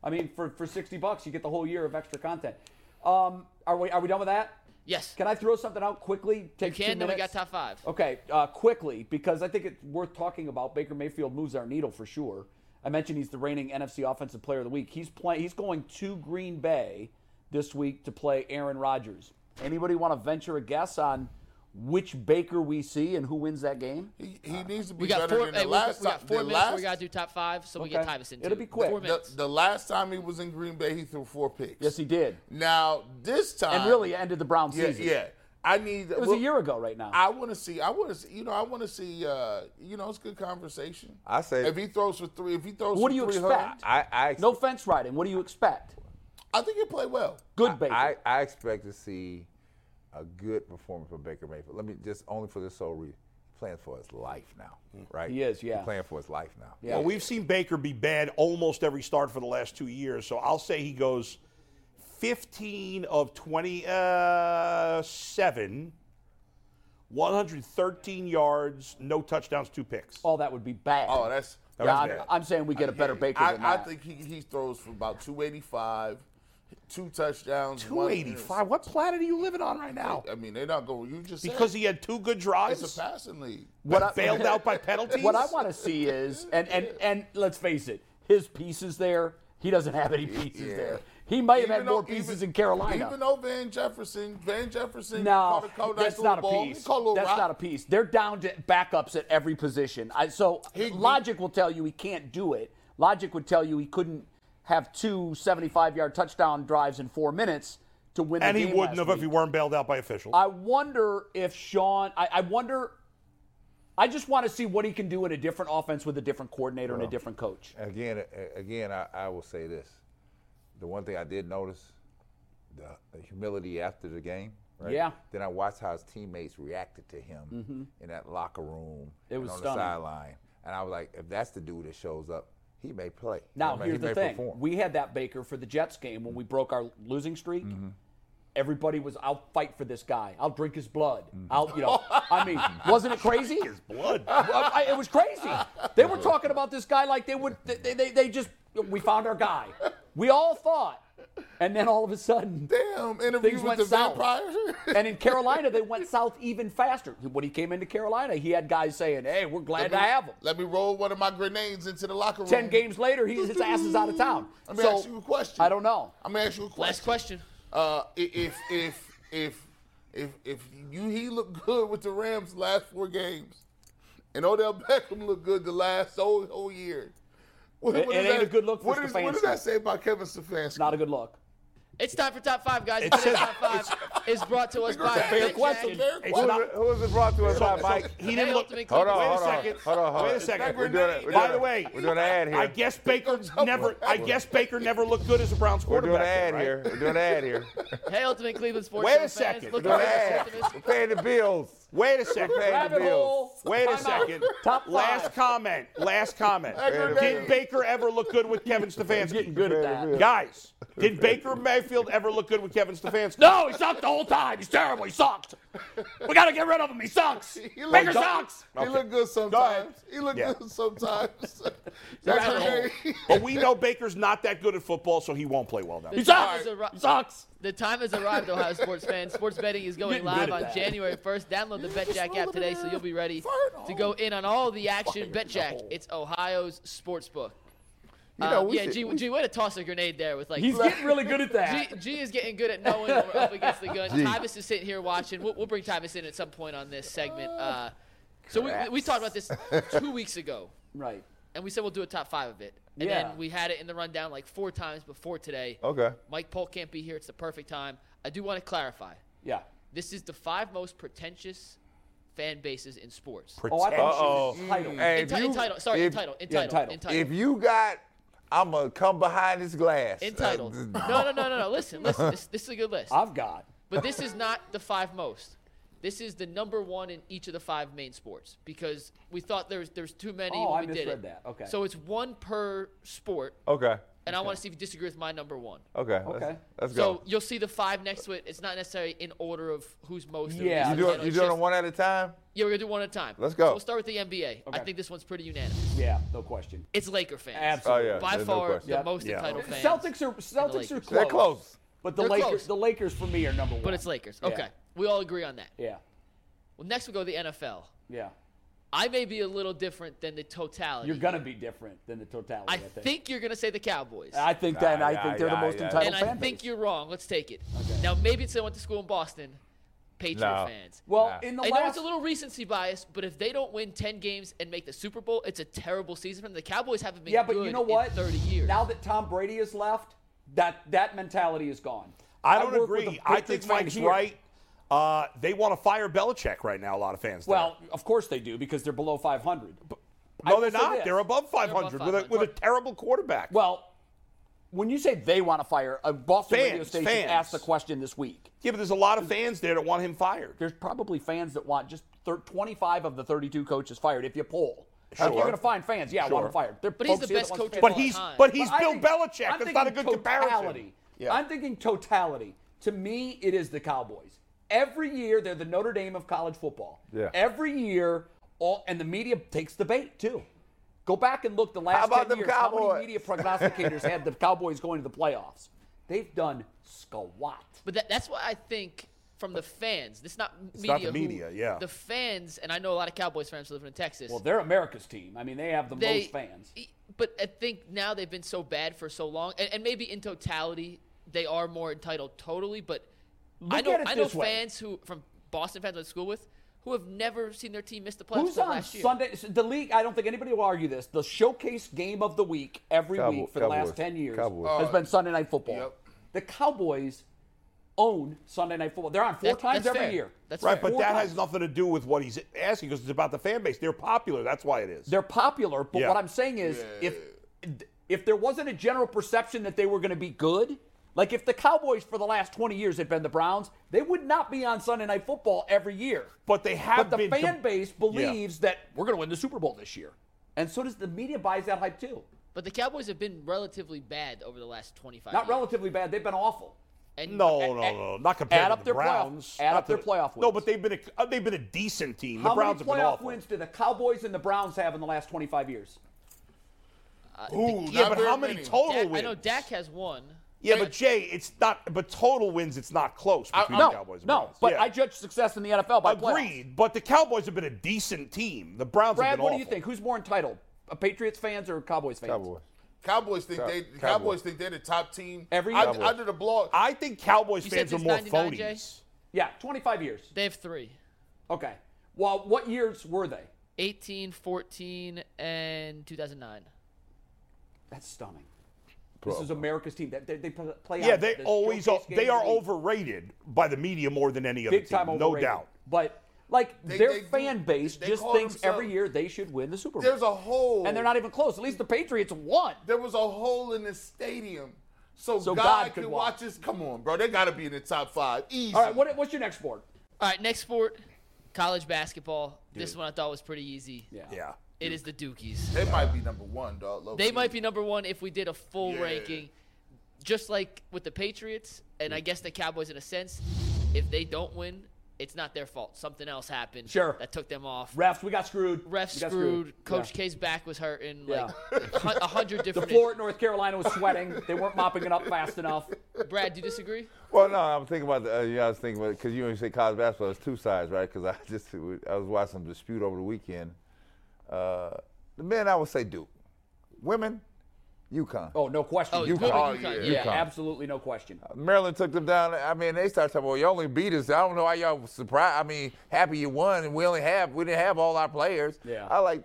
I mean, for, for 60 bucks, you get the whole year of extra content. Um, are we are we done with that? Yes. Can I throw something out quickly? you Take two can. Then we got minutes? top five. Okay, uh, quickly because I think it's worth talking about. Baker Mayfield moves our needle for sure. I mentioned he's the reigning NFC Offensive Player of the Week. He's playing. He's going to Green Bay this week to play Aaron Rodgers. Anybody want to venture a guess on which Baker we see and who wins that game? He, he needs to be We got better four. than hey, the we, last we got time. four the minutes. last, we got to do top five, so we Okay. get Tyvus in. It'll too. be quick. Four The- minutes. the, the last time he was in Green Bay, he threw four picks. Yes, he did, Now this time, and really ended the Brown yeah, season. yeah. I need. It was a year ago, right now. I want to see. I want to see. You know, I want to see. Uh, you know, it's good conversation. I say- if he throws for three, if he throws, What for do you 300, expect? I, I no fence riding. What do you expect? I think he'll play well. Good Baker. I, I expect to see a good performance from Baker Mayfield. Let me just only for this sole reason. He's playing for his life now, right? Mm. He is, yeah. He's playing for his life now. Yeah. Well, we've seen Baker be bad almost every start for the last two years, so I'll say he goes 15 of 27, 113 yards, no touchdowns, two picks. All that would be bad. Oh, that's. yeah, I'm, bad. I'm saying we get a better Baker I, than I that. think he, he throws for about 285, two touchdowns. one interception. 285. What planet are you living on right now? I mean, they're not going. You just said Because he had two good drives. it's a passing league. What but I- bailed out by penalties. What I want to see is, and and and let's face it, his pieces there. He doesn't have any pieces Yeah. there. He might have Even had more though- pieces even- in Carolina. Even though Van Jefferson, Van Jefferson, no, caught a- caught a nice that's little not a ball. He piece. caught a little That's rock. not a piece. They're down to backups at every position. I, so logic will tell you he can't do it. Logic would tell you he couldn't have two 75-yard touchdown drives in four minutes to win. the and he game wouldn't last have if week. he weren't bailed out by officials. I wonder if Sean. I, I wonder I just want to see what he can do in a different offense with a different coordinator and a different coach. Again, a- again, I, I will say this: the one thing I did notice, the, the humility after the game. Right? Yeah. Mm-hmm. Then I watched how his teammates reacted to him in that locker room. It and was on stunning. the sideline, and I was like, if that's the dude that shows up, he may play. Now, he may, here's he may the thing. Perform. We had that Baker for the Jets game when we broke our losing streak. Mm-hmm. Everybody was, I'll fight for this guy. I'll drink his blood. Mm-hmm. I'll, you know, I mean, wasn't it crazy? His blood. it was crazy. They were talking about this guy like they would, they, they, they just, we found our guy. We all thought. And then all of a sudden, Damn, interview things with went the south. vampire. and in Carolina, they went south even faster. When he came into Carolina, he had guys saying, hey, we're glad to have him. Let me roll Oh, one of my grenades into the locker room. Ten games later, he, his ass is out of town. Let me So, ask you a question. I don't know. I'm gonna ask you a question. Last question. Uh, i- if if if if if you he looked good with the Rams last four games, and Odell Beckham looked good the last whole whole year. What, It- it does ain't a good look for what, is, what does that Stefanski. say about Kevin Stefanski? Not a good look. It's time for top five, guys. Today's top five is brought to us by a fair Big Jack. question. Fair It's Who not- was it- who was it brought to us by, Mike? He Hey, didn't look. Ultimate Hold on, Wait a hold on, second. hold on, hold on. Wait a second. We're doing it- we're By doing the it- way, we're doing an ad here. I guess Baker never. I guess Baker never looked good as a Browns We're doing quarterback. an ad right? here. We're doing an ad here. Hey, Ultimate Cleveland Sports. Wait a Show fans, second. Look We're doing an at ad. this We're optimist. paying the bills. Wait a second. We're paying the Rabbit bills. hole. Wait a Time out. second. Top five. Last comment. Last comment. Aggravating. Did Baker ever look good with Kevin Stefanski? Getting good at that. Guys, did Baker Mayfield ever look good with Kevin Stefanski? No, he sucked the whole time. He's terrible. He sucked. We gotta get rid of him. He sucks. Baker sucks. He looked good ahead. sometimes. He looked Yeah. good sometimes. That's her name. But we know Baker's not that good at football, so he won't play well now. He The sucks. time has He arri- sucks. The time has arrived, Ohio sports fans. Sports betting is going Getting good live at on that. January 1st. Download the BetJack app today so you'll be ready to go in on all the action. BetJack, it's Ohio's sports book. know, Um, we yeah, should- G, G, way to toss a grenade there with like. He's getting really good at that. G, G is getting good at knowing when we're up against the gun. Tyvis is sitting here watching. We'll, we'll bring Tyvis in at some point on this segment. Uh, so we, we, we talked about this two weeks ago, Right. and we said we'll do a top five of it. And Yeah. then we had it in the rundown like four times before today. Okay. Mike Polk can't be here. It's the perfect time. I do want to clarify. Yeah. This is the five most pretentious fan bases in sports. Oh, I thought she was Uh-oh. entitled. Hey, if Enti- you- entitled. Sorry, if- entitled. Entitled. entitled. If you got, I'm gonna come behind this glass. entitled. Uh, no, no, no, no, no. Listen, listen. This, this is a good list. I've got. But this is not the five most. This is the number one in each of the five main sports because we thought there's there's too many. Oh, when I we did misread it. that. Okay. So it's one per sport, Okay. and I want to see if you disagree with my number one. Okay. Okay. Let's, let's So go. you'll see the five next to it. It's not necessarily in order of who's most. or least Yeah. You do doing entitled. you It's doing just- them one at a time? Yeah, we're gonna do one at a time. Let's go. So we'll start with the NBA. I Okay. think this one's pretty unanimous. Yeah. No question. It's Laker fans. Absolutely. Oh, yeah. By There's no far question. the Yeah. most Yeah. entitled fans. Celtics are Celtics are Lakers. close. They're close. But the They're Lakers close. the Lakers for me are number one. but it's Lakers. Okay, we all agree on that. Yeah. Well, next we'll go to the NFL. Yeah. I may be a little different than the totality. You're gonna be different than the totality. I, Uh, I think you're going to say the Cowboys. I think that, and I Yeah, think they're the yeah, most yeah. entitled and I fan think base. you're wrong. Let's take it. Now, maybe it's they went to school in Boston, Patriot No. fans. Well, Nah. in the I know last it's a little recency bias, but if they don't win 10 games and make the Super Bowl, it's a terrible season for them. The Cowboys haven't been Yeah, but good you know what? in 30 years. Now that Tom Brady has left, that that mentality is gone. I don't work with agree. a I Patriots think fan Mike's here. right. Uh, they want to fire Belichick right now. A lot of fans. do. Well, of course they do because they're below 500. I no, will they're say not. this. They're above 500, With, 500. a, with a terrible quarterback. Well, when you say they want to fire, a Boston radio Fans, station fans. asked the question this week. yeah, but there's a lot of fans there that want him fired. There's probably fans that want just thir- 25 of the 32 coaches fired if you poll. If you're Sure. going to find fans, yeah, I want them fired. There are But he's folks the here best that coach wants fans of But all fired. he's time. but he's But I Bill think- Belichick. I'm That's not a good thinking comparison. totality. I'm thinking totality. To me, it is the Cowboys. Every year, they're the Notre Dame of college football. Yeah. Every year, all and the media takes the bait too. Go back and look the last about 10 them years. How Cowboys? many media prognosticators had the Cowboys going to the playoffs? They've done squat. But that, that's why I think from the fans, this not media. not the who- media, yeah. The fans, and I know a lot of Cowboys fans living in Texas. Well, they're America's team. I mean, they have the they, most fans. e- But I think now they've been so bad for so long, and, and maybe in totality they are more entitled totally. But I Look know at it I know this way. fans who from Boston fans I went to school with who have never seen their team miss the playoffs Who's till on last year. Sunday? The league. I don't think anybody will argue this. The showcase game of the week every Cowboy- week for the last Cowboys. ten years Cowboys. has been Sunday Night Football. Yep. The Cowboys own Sunday Night Football. They're on four That- times that's every fair. year. That's Right, fair. but that has nothing to do with what he's asking because it's about the fan base. They're popular. That's why it is. They're popular, but Yeah. what I'm saying is if if there wasn't a general perception that they were going to be good, like if the Cowboys for the last 20 years had been the Browns, they would not be on Sunday Night Football every year. But they have But the been fan com- base believes that we're going to win the Super Bowl this year. And so does the media buys that hype too. But the Cowboys have been relatively bad over the last 25 Not years. relatively bad, they've been awful. And no, and- no, add- no, not compared add to up the their playoff- Browns. add Not up to their the- playoff No, wins. but they've been a, uh, they've been a decent team. How the Browns many have been playoff awful. wins do the Cowboys and the Browns have in the last 25 years? Uh, Ooh, yeah, not but very how many, total Dak, wins? I know Dak has one. Yeah, but Jay, it's not. But total wins, it's not close between no, the Cowboys. and no. Browns. But Yeah. I judge success in the NFL by playoffs. agreed. But the Cowboys have been a decent team. The Browns have Brad, been what do you awful. think? Who's more entitled, uh, Patriots fans or Cowboys fans? Cowboys. Cowboys think Cow- they the Cowboys. Cowboys. think they're the top team. Every I, year. I did a blog. I think Cowboys You said fans are since more 99, Jay? phonies. Yeah, 25 years. They have three. Okay. Well, what years were they? 18, 14, and 2009. That's stunning. This is America's team. That they, they pl- play. Yeah, out they the always showcase they games are of the league. overrated by the media more than any other Big team. time no overrated. doubt. But like their they do- fan base they just call thinks every themselves- year they should win the Super Bowl. There's a hole, and they're not even close. At least the Patriots won. There was a hole in the stadium, so, So God, God could can walk. watch us. Come on, bro. They got to be in the top five. Easy. All right, what, what's your next board? All right, next sport, college basketball. This one I thought was pretty easy. Yeah. It is the Dookies. They might be number one, dog. low They key. might be number one if we did a full Yeah. ranking, just like with the Patriots, and I guess the Cowboys in a sense. If they don't win, it's not their fault. Something else happened. Sure. that took them off. Refs, we got screwed. Ref We got screwed. Coach K's back was hurting. Like a hun- a hundred The different. floor at North Carolina was sweating. they weren't mopping it up fast enough. issues. Brad, do you disagree? Well, no, I'm thinking about the, uh, yeah, I was thinking about because you when you say college basketball, it's two sides, right? Because I just I was watching some dispute over the weekend. Uh, the men, I would say Duke. Women, UConn. Oh, no question. Oh, You women, call- UConn, UConn, Yeah, yeah. absolutely no question. Maryland took them down. I mean, they started talking. Well, you only beat us. I don't know why y'all was surprised. I mean, happy you won, and we only have we didn't have all our players. Yeah. I like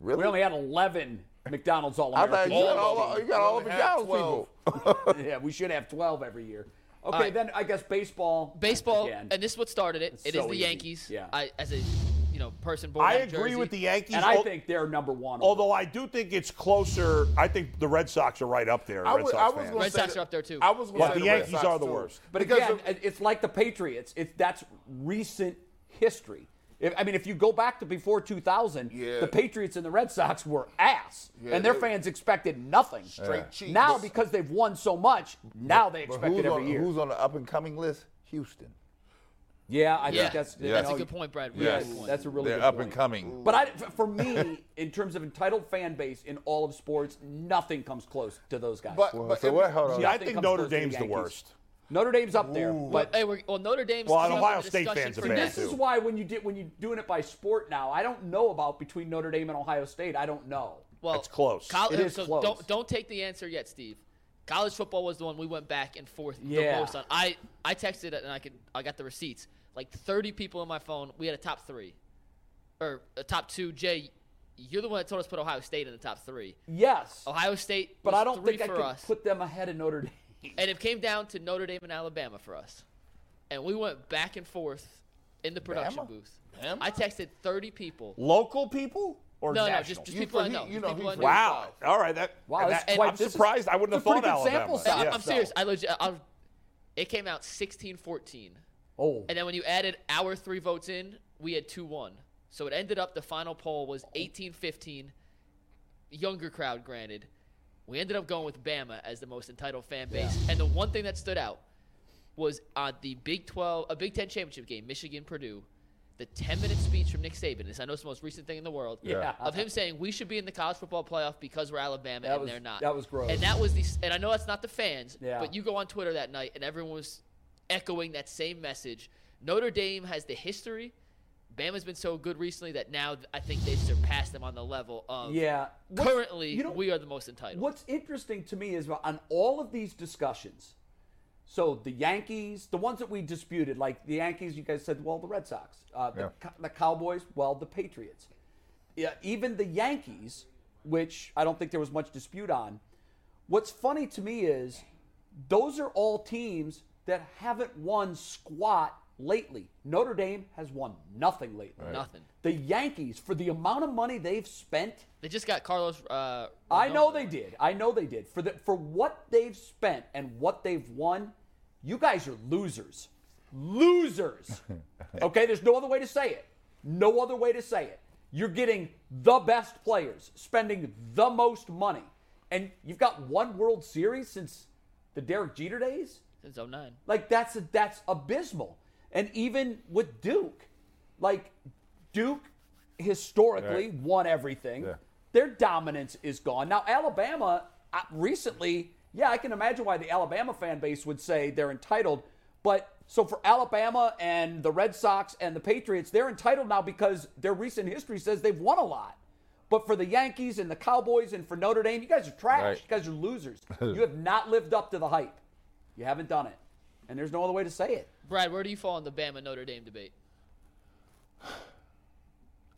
really. We only had 11 McDonald's All I thought Americans. you got All of all them. you got We all only of had y'all 12. people. yeah, we should have 12 every year. Okay, right. then I guess baseball. Baseball, Again. and this is what started it. It is so the easy. Yankees. Yeah. I, as a you know person born. I out of agree Jersey. with the Yankees. And I al- think they're number one. although I do think it's closer. I think the Red Sox are right up there. I Red was, Sox I was fans. gonna Red say Sox that- are up there, too. I was gonna Yeah, say the Red Yankees Sox, are the too. worst. but Because again, of- it- it's like the Patriots. It's that's recent history. If, I mean, if you go back to before 2000, Yeah. the Patriots and the Red Sox were ass, Yeah, and their they- fans expected nothing. Straight cheese. Now, But- because they've won so much, now they But expect who's it every on, year. who's on the up and coming list? Houston. Yeah, I Yeah. think that's Yeah. That's No, a you- good point, Brad. Really Yes. good point. That's a really They're good up point. and coming. But I, f- for me, in terms of entitled fan base in all of sports, nothing comes close to those guys. But, Well, but so if- what? Hold on. Yeah, I Nothing think comes Notre close to the Dame's the Yankees. worst. Notre Dame's up there, but Hey, we're, well, Notre Dame's. Well, and still Ohio in the State discussion fans are for bad, this next- too. is why when you do, when you're doing it by sport now, I don't know about between Notre Dame and Ohio State. I don't know. Well, It's close. Col- uh, It is so close. Don't don't take the answer yet, Steve. College football was the one we went back and forth Yeah. the most on. I I texted it and I could I got the receipts. Like 30 people on my phone. We had a top three, or a top two. Jay, you're the one that told us to put Ohio State in the top three. Yes, Ohio State, but was I don't three think I for could us, put them ahead of Notre Dame. and it came down to Notre Dame and Alabama for us, and we went back and forth in the production booth. I texted 30 people. Local people or No, no, national? just, just You people I for- know. you just know, people he I for- know. wow. All right. That, Wow, that- that's quite- I'm this is- surprised. I wouldn't have it's a pretty thought good Alabama. sample And I'm, size. Yeah. I'm serious. I legit, I'll, it came out 16-14. Oh, And then when you added our three votes in, we had 2-1. So it ended up the final poll was 18-15. Younger crowd, granted. We ended up going with Bama as the most entitled fan base. And the one thing that stood out was on the Big 12, a Big 10 championship game, Michigan Purdue, the 10-minute speech from Nick Saban. This I know it's the most recent thing in the world. Yeah. Of him saying we should be in the college football playoff because we're Alabama That and was- they're not. that was gross. And that was the and I know that's not the fans, Yeah. but you go on Twitter that night and everyone was echoing that same message. Notre Dame has the history. Bama's been so good recently that now I think they've surpassed them on the level of yeah. What's- currently you know- we are the most entitled. What's interesting to me is on all of these discussions, so the Yankees, the ones that we disputed, like the Yankees, you guys said, well, the Red Sox, uh, the, Yeah. Co- the Cowboys, well, the Patriots. Yeah, even the Yankees, which I don't think there was much dispute on. What's funny to me is those are all teams that haven't won squat lately. Notre Dame has won nothing lately. Nothing. The Yankees, for the amount of money they've spent, They just got Carlos. Uh, I Rodon. know they did. I know they did. For the for what they've spent and what they've won, you guys are losers. Losers. okay, there's no other way to say it. No other way to say it. You're getting the best players, spending the most money. And you've got one World Series since the Derek Jeter days? since 09. Like that's that's abysmal. And even with Duke, like Duke historically won everything. Their dominance is gone. Now Alabama uh, recently, yeah, I can imagine why the Alabama fan base would say they're entitled, but so for Alabama and the Red Sox and the Patriots, they're entitled now because their recent history says they've won a lot. But for the Yankees and the Cowboys and for Notre Dame, you guys are trash. Right. You guys are losers. you have not lived up to the hype. You haven't done it. And there's no other way to say it. Brad, where do you fall in the Bama Notre Dame debate?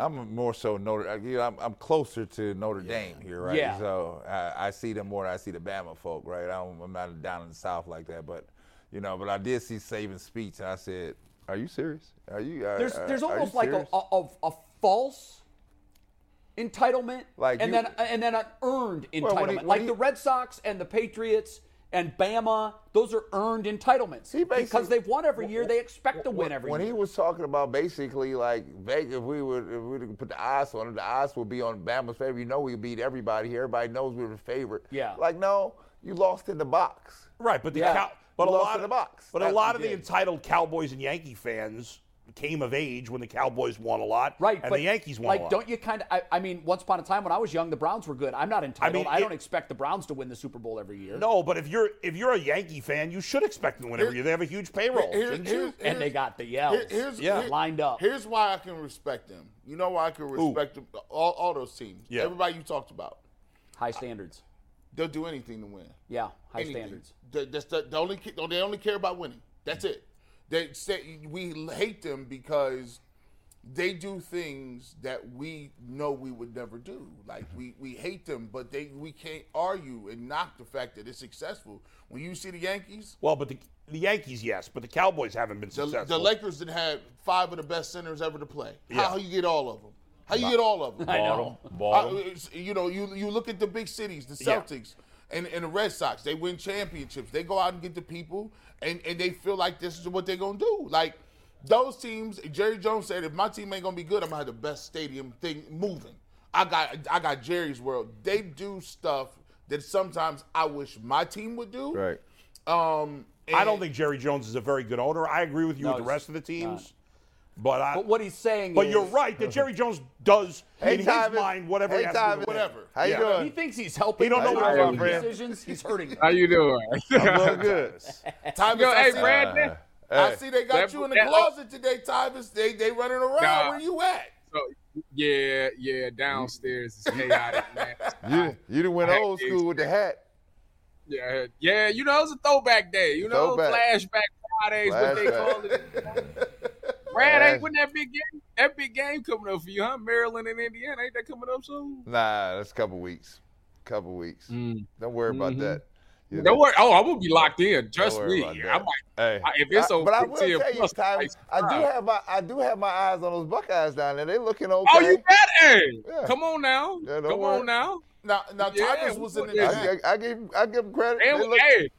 I'm more so Notre. uh, You know, I'm, I'm closer to Notre Dame here, right? Yeah. So I, I see them more. than I see the Bama folk, right? I don't, I'm not down in the South like that, but you know. But I did see Saban's speech, and I said, "Are you serious? Are you? Are, There's are- there's Uh, are you almost like a, serious?" a, a, a false entitlement Like and you- then and then an earned entitlement. Well, when he- when like he- the Red Sox and the Patriots and Bama, those are earned entitlements. He basically- Because they've won every year, they expect to win every when year. he was talking about basically like Vegas, if we would if we would put the odds on it, the odds would be on Bama's favor. You know, we beat everybody here. Everybody knows we're the favorite. Yeah. Like no, you lost in the box. Right, but the Yeah. cow, but You a lost lot in the box. But a That's lot the of the game. entitled Cowboys and Yankee fans came of age when the Cowboys won a lot, Right, And but the Yankees won Like, a lot. don't you kind of? I, I mean, once upon a time when I was young, the Browns were good. I'm not entitled. I, mean, it- don't expect the Browns to win the Super Bowl every year. no, but if you're if you're a Yankee fan, you should expect them to win every year. They have a huge payroll, Here- shouldn't here- you? here- and they got the yells Here- here's, here- lined up. Here's why I can respect them. You know why I can respect them, all, all those teams. Yeah. Everybody you talked about, High standards. they'll do anything to win. Yeah, high Anything. standards. They, that's the, they only ca- they only care about winning. That's it. They say we hate them because they do things that we know we would never do. Like Mm-hmm. we, we hate them, but they we can't argue and knock the fact that it's successful. When you see the Yankees, Well, but the, the Yankees, yes, but the Cowboys haven't been the, successful. the Lakers that had five of the best centers ever to play. Yeah. How you get all of them? How you get all of them? I know. Uh, it's- you know, you you look at the big cities, the Yeah. Celtics and, and the Red Sox. They win championships. They go out and get the people, and, and they feel like this is what they're gonna do. Like those teams, Jerry Jones said, if my team ain't gonna be good, I'm gonna have the best stadium thing moving. I got I got Jerry's World. They do stuff that sometimes I wish my team would do. Right. Um. I and- don't think Jerry Jones is a very good owner. I agree with you No, with the he's rest of the teams, but I. But what he's saying but is, you're right that Jerry Jones does in his Tyvin. mind whatever Hey, he has to do. Tyvin. to win. whatever. How Yeah. you He doing? thinks he's helping. He don't know guys what with he's wrong doing, Brad. decisions. He's hurting. them. How you doing? I'm doing good. Uh, Tyvus, Yo, I hey, see- Brad. that- I see they got That- you in the that- oh, closet today, Tyvus. They they running around. Nah. Where you at? so, yeah, yeah. Downstairs is chaotic, man. You you done went Hey, old school with the hat. Yeah, yeah. You know, it's a throwback day. You know, Throwback. flashback Fridays, what they Flashback. call it. Brad, ain't Flashback. when that big game, that big game coming up for you, huh? Maryland and Indiana, ain't that coming up soon? Nah, that's a couple weeks. Couple weeks. Mm. Don't worry about Mhm. that. You know, Don't worry. Oh, I'm gonna be locked in. don't Trust worry me. about I that. might. Hey, I- if it's I- over but I will 10 tell you, plus, Ty, I do subscribe. have my I do have my eyes on those Buckeyes down there. They looking okay. Oh, you bet. Hey, Yeah. come on now. Yeah, don't come worry. on now. Now, now, Yeah, Tyvus was in the yeah. chat. I, I, I give I give them credit. And They we, look- hey,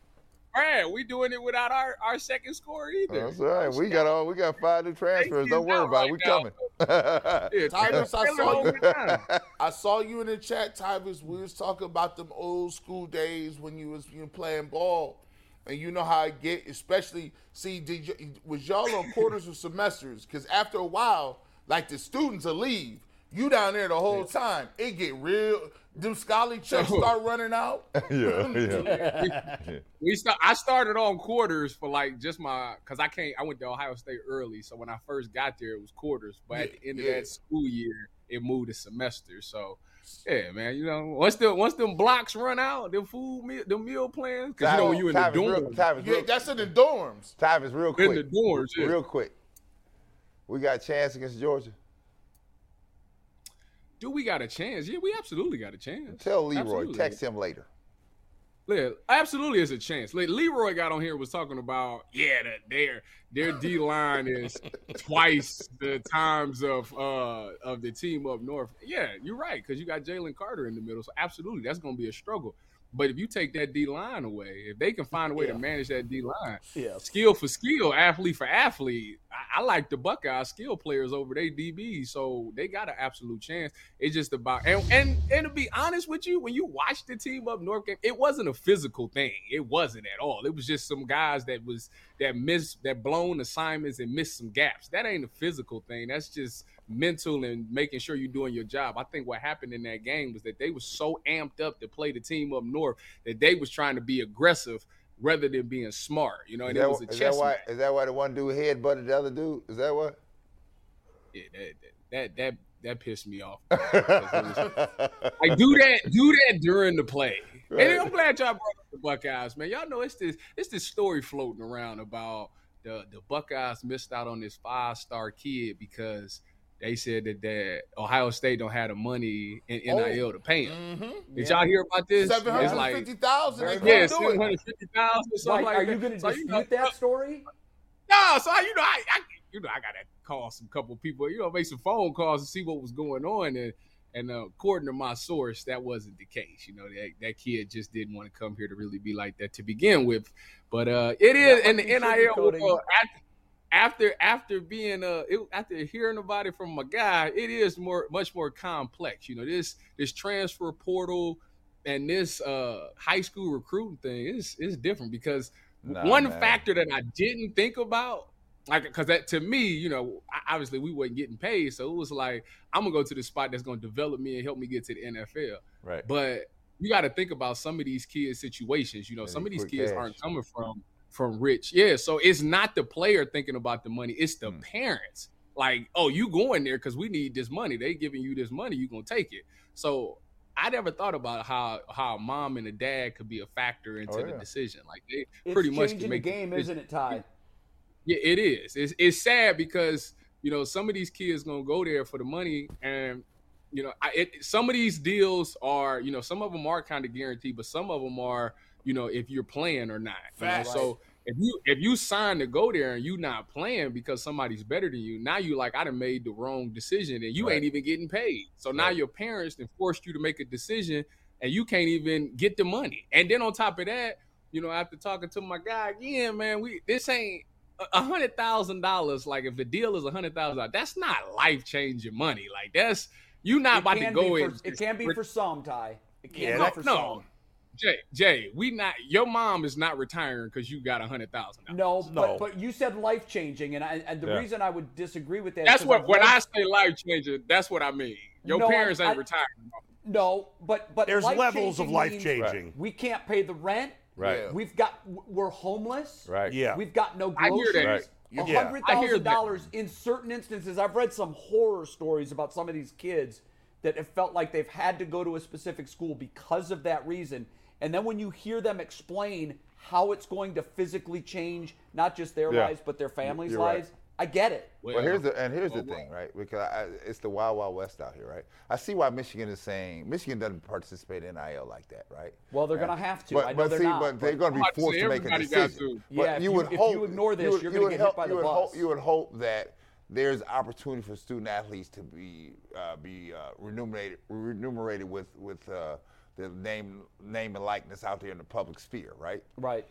Brad, we doing it without our, our second score either. That's all right. Oh, We got all we got five new transfers. is Don't worry out about right it. We now. coming. Yeah, Tyrus, I Taylor saw you. overtime. I saw you in the chat, Tyvus. We was talking about them old school days when you was you know, playing ball, and you know how I get. Especially, see, did you, was y'all on quarters or semesters? Because after a while, like the students will leave. You down there the whole time. It get real. Them scholarly checks start running out. Oh. yeah, yeah. We start. I started on quarters for like just my because I can't. I went to Ohio State early, so when I first got there, it was quarters. But at the end Yeah. of that school year, it moved to semester. So yeah, man, you know once the once them blocks run out, them food meal, the meal plans because you know when you in the Tyvus real- dorms, Tyvus Yeah, real- that's in the dorms. Tyvus, real in quick. the dorms, yeah. Real quick. We got a chance against Georgia. do we got a chance? Yeah, we absolutely got a chance. Tell Leroy, Absolutely. text him later. Yeah, absolutely, it's a chance. Like Leroy got on here and was talking about yeah, that their their D line is twice the times of uh of the team up north. Yeah, you're right because you got Jalen Carter in the middle, so absolutely that's going to be a struggle. But if you take that D line away, if they can find a way to manage that D line, Yeah. skill for skill, athlete for athlete, I, I like the Buckeye skill players over they DB, so they got an absolute chance. It's just about and and and to be honest with you, when you watch the team up north game, it wasn't a physical thing. It wasn't at all. It was just some guys that was that missed that blown assignments and missed some gaps. That ain't a physical thing. That's just mental and making sure you're doing your job. I think what happened in that game was that they were so amped up to play the team up north that they was trying to be aggressive rather than being smart. You know, and it was a is chess that why? match. Is that why the one dude head butted the other dude? Is that what? Yeah, that, that that that that pissed me off. Like do that, do that during the play. And I'm glad y'all brought up the Buckeyes, man. Y'all know it's this it's this story floating around about the the Buckeyes missed out on this five star kid because they said that, that Ohio State don't have the money in NIL to pay him. Did y'all hear about this? It's Oh. Mm-hmm. Seven hundred like fifty thousand. They yeah, couldn't do seven it. hundred fifty thousand or something Mike, like are that. you going to So, dispute know, that story? no, so I, you know, I, I, you know, I gotta call some couple people, you know, make some phone calls to see what was going on, and and uh, according to my source, that wasn't the case. You know, that that kid just didn't want to come here to really be like that to begin with. But uh, it is, That and the might be NIL sugarcoating. uh, after, after after being uh it, after hearing about it from a guy, it is more much more complex. You know, this this transfer portal and this uh high school recruiting thing is is different because Nah, one man. factor that I didn't think about, like, because that to me, you know, I- obviously we wasn't getting paid, so it was like I'm gonna go to the spot that's gonna develop me and help me get to the NFL. Right. But you got to think about some of these kids' situations. You know, Yeah, some they of these quick kids cash. aren't coming from from rich. Yeah, so it's not the player thinking about the money; it's Mm. the parents. Like, oh, you going there because we need this money. They giving you this money, you gonna take it. So I never thought about how how a mom and a dad could be a factor into Oh, the yeah. decision. Like they It's pretty much changing can the make game, isn't it, Ty? yeah, it is. It's it's sad because you know some of these kids gonna go there for the money, and you know I, it, some of these deals are you know some of them are kind of guaranteed, but some of them are you know if you're playing or not. you know? Facts. So if you if you sign to go there and you not playing because somebody's better than you, now you like I done made the wrong decision and you Right. ain't even getting paid. So now your parents then forced you to make a decision and you can't even get the money. And then on top of that, you know, after talking to my guy again, man, we this ain't a- a hundred thousand dollars. Like if the deal is a hundred thousand dollars, that's not life changing money. Like that's you not about to can go be in. For, it can be for some, Ty. It can Yeah, be that- for no. some. Jay, Jay, we not your mom is not retiring because you got a hundred thousand dollars. No, No. But, but you said life changing, and I, and the Yeah. reason I would disagree with that is That's 'cause what I've when read- I say life changing, that's what I mean. Your No, I- parents ain't I- retiring. no, but but There's levels of life-changing life means changing. We can't pay the rent. Right. Yeah. We've got we're homeless. Right. Yeah. We've got no I hear groceries. that. A Yeah. hundred I hear thousand that. dollars in certain instances. I've read some horror stories about some of these kids that have felt like they've had to go to a specific school because of that reason. And then when you hear them explain how it's going to physically change not just their Yeah. lives but their families' you're right. lives, I get it. Well, here's the and here's the thing, right? Because I, it's the wild, wild west out here, right? I see why Michigan is saying Michigan doesn't participate in NIL like that, right? Well, they're Yeah. gonna have to. But, I know but they're see, not, but but- they're gonna be I'm about to forced say to make a everybody got decision. to. But Yeah, if you- if you ignore this, would- you're you gonna would get hit help- by the you would bus. Hope, you would hope that there's opportunity for student athletes to be uh, be uh, remunerated remunerated with with uh, the name name and likeness out there in the public sphere, right? Right.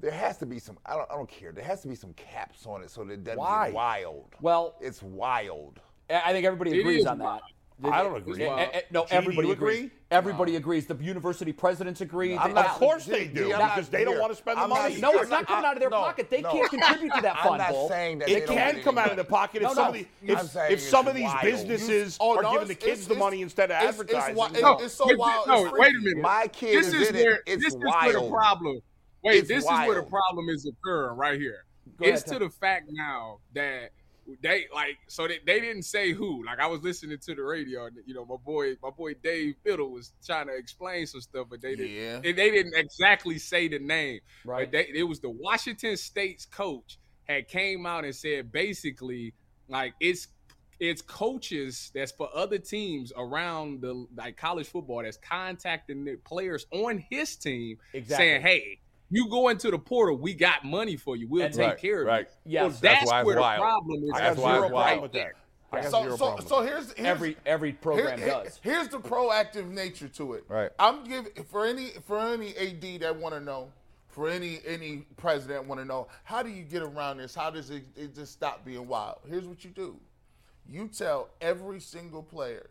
There has to be some. I don't. I don't care. There has to be some caps on it so that it doesn't Why? get wild. Well- it's wild. I I think everybody It agrees is on wild. that. I don't agree. Eh, eh, eh, no, Gene, do everybody you agrees. agree? Everybody agrees. The university presidents agree. I'm The not- Of athletes- course they do, Yeah, I'm because not- they don't here. want to spend the I'm not- money. No, it's not I'm coming out of their no, pocket. They no. can't contribute to that fund, I'm not Bull. saying that they It don't can get come any out of the money. pocket if No, no. some of these I'm if, saying if some of it's these wild. businesses Oh, are no, giving the it's- kids it's- the money instead of it's- it's advertising. wi- you it- know? it's so This- wild, No, it's wait a freaky. minute. My kid this is is in it. where It's this is where the wild. problem. Wait, It's this is where the wild. problem is occurring right here. ahead, it's Tom. to the fact now that they like so they, they didn't say who. Like I was listening to the radio, and, you know, my boy my boy Dave Fiddle was trying to explain some stuff, but they didn't Yeah. they, they didn't exactly say the name. Right. But they, it was the Washington State's coach had came out and said basically like it's it's coaches that's for other teams around the like college football that's contacting the players on his team Exactly. saying, "Hey, you go into the portal, we got money for you. We'll And- take Right, care of right. you." Yes. so That's that's, why it's where the wild. problem is. I I got That's why zero it's wild. problem with that. I got So, so, zero problem so with here's, here's Every every program here- here- does. Here's the proactive nature to it. Right. I'm giving for any for any AD that want to know, for any any president want to know, how do you get around this? How does it, it just stop being wild? Here's what you do. You tell every single player.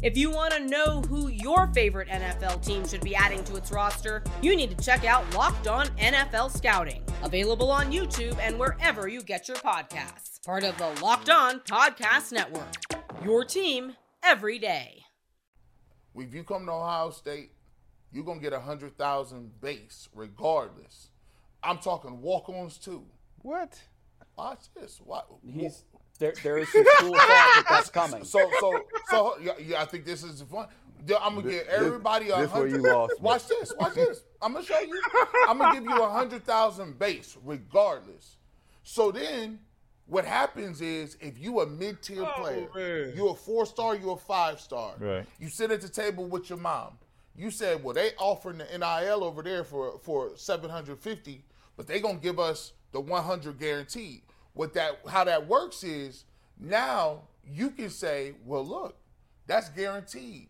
If you want to know who your favorite NFL team should be adding to its roster, you need to check out Locked On NFL Scouting, available on YouTube and wherever you get your podcasts. Part of the Locked On Podcast Network. Your team every day. If you come to Ohio State, you're gonna get a hundred thousand base regardless. I'm talking walk-ons too. What? Watch this. Watch. He's there. There is some cool thought that that's coming. So so so yeah, yeah, I think this is fun. I'm gonna give everybody a this where hundred. you lost me. Watch this. Watch this. I'm gonna show you. I'm gonna give you a hundred thousand base regardless. So then, what happens is if you a mid tier player, man. you a four star, you a five star. Right. You sit at the table with your mom. You said, well, they offering the NIL over there for for seven hundred fifty, but they gonna give us the one hundred guaranteed. What that how that works is now you can say, well, look, that's guaranteed.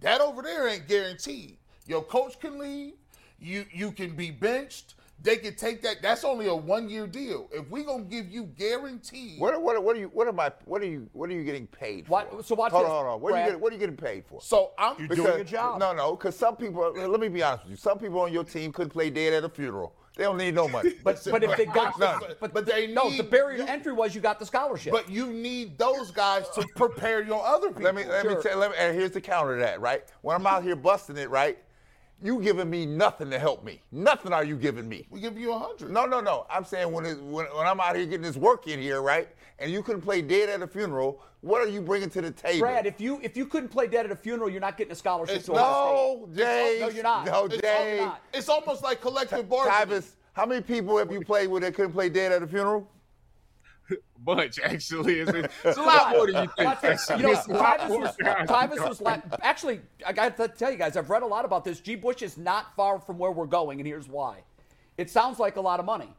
That over there ain't guaranteed. Your coach can leave. You you can be benched. They can take that. That's only a one year deal. If we gonna give you guaranteed, What, what, what are you? What am I? What are you? What are you getting paid for? What- so watch hold this, on, hold on. What are, you Brad. getting, what are you getting paid for? so I'm You Because- doing your job. No, no, because some people. Let me be honest with you. Some people on your team could play dead at a funeral. They don't need no money. But but if they got None. but, But they no, the need- barrier you- to entry was you got the scholarship. But you need those guys to prepare your other people. Let me let me Sure. tell. Let me, and here's the counter to that, right? When I'm out here busting it, right? You giving me nothing to help me. Nothing are you giving me. we give you a hundred. No, no, no. I'm saying when, it, when when I'm out here getting this work in here, right? And you couldn't play dead at a funeral. What are you bringing to the table? Brad, if you if you couldn't play dead at a funeral, you're not getting a scholarship It's to Ohio no, Jay. No, you're not. No, it's, Jay. al- it's almost like collective bargaining. Tyvis, how many people have you played with that couldn't play dead at a funeral? bunch actually. It's, it's a lot more than you State. think. Watch this. You know, It's a lot Tyvus more was, than- Tyvus was la- actually. I got to tell you guys, I've read a lot about this. G. Bush is not far from where we're going, and here's why. It sounds like a lot of money.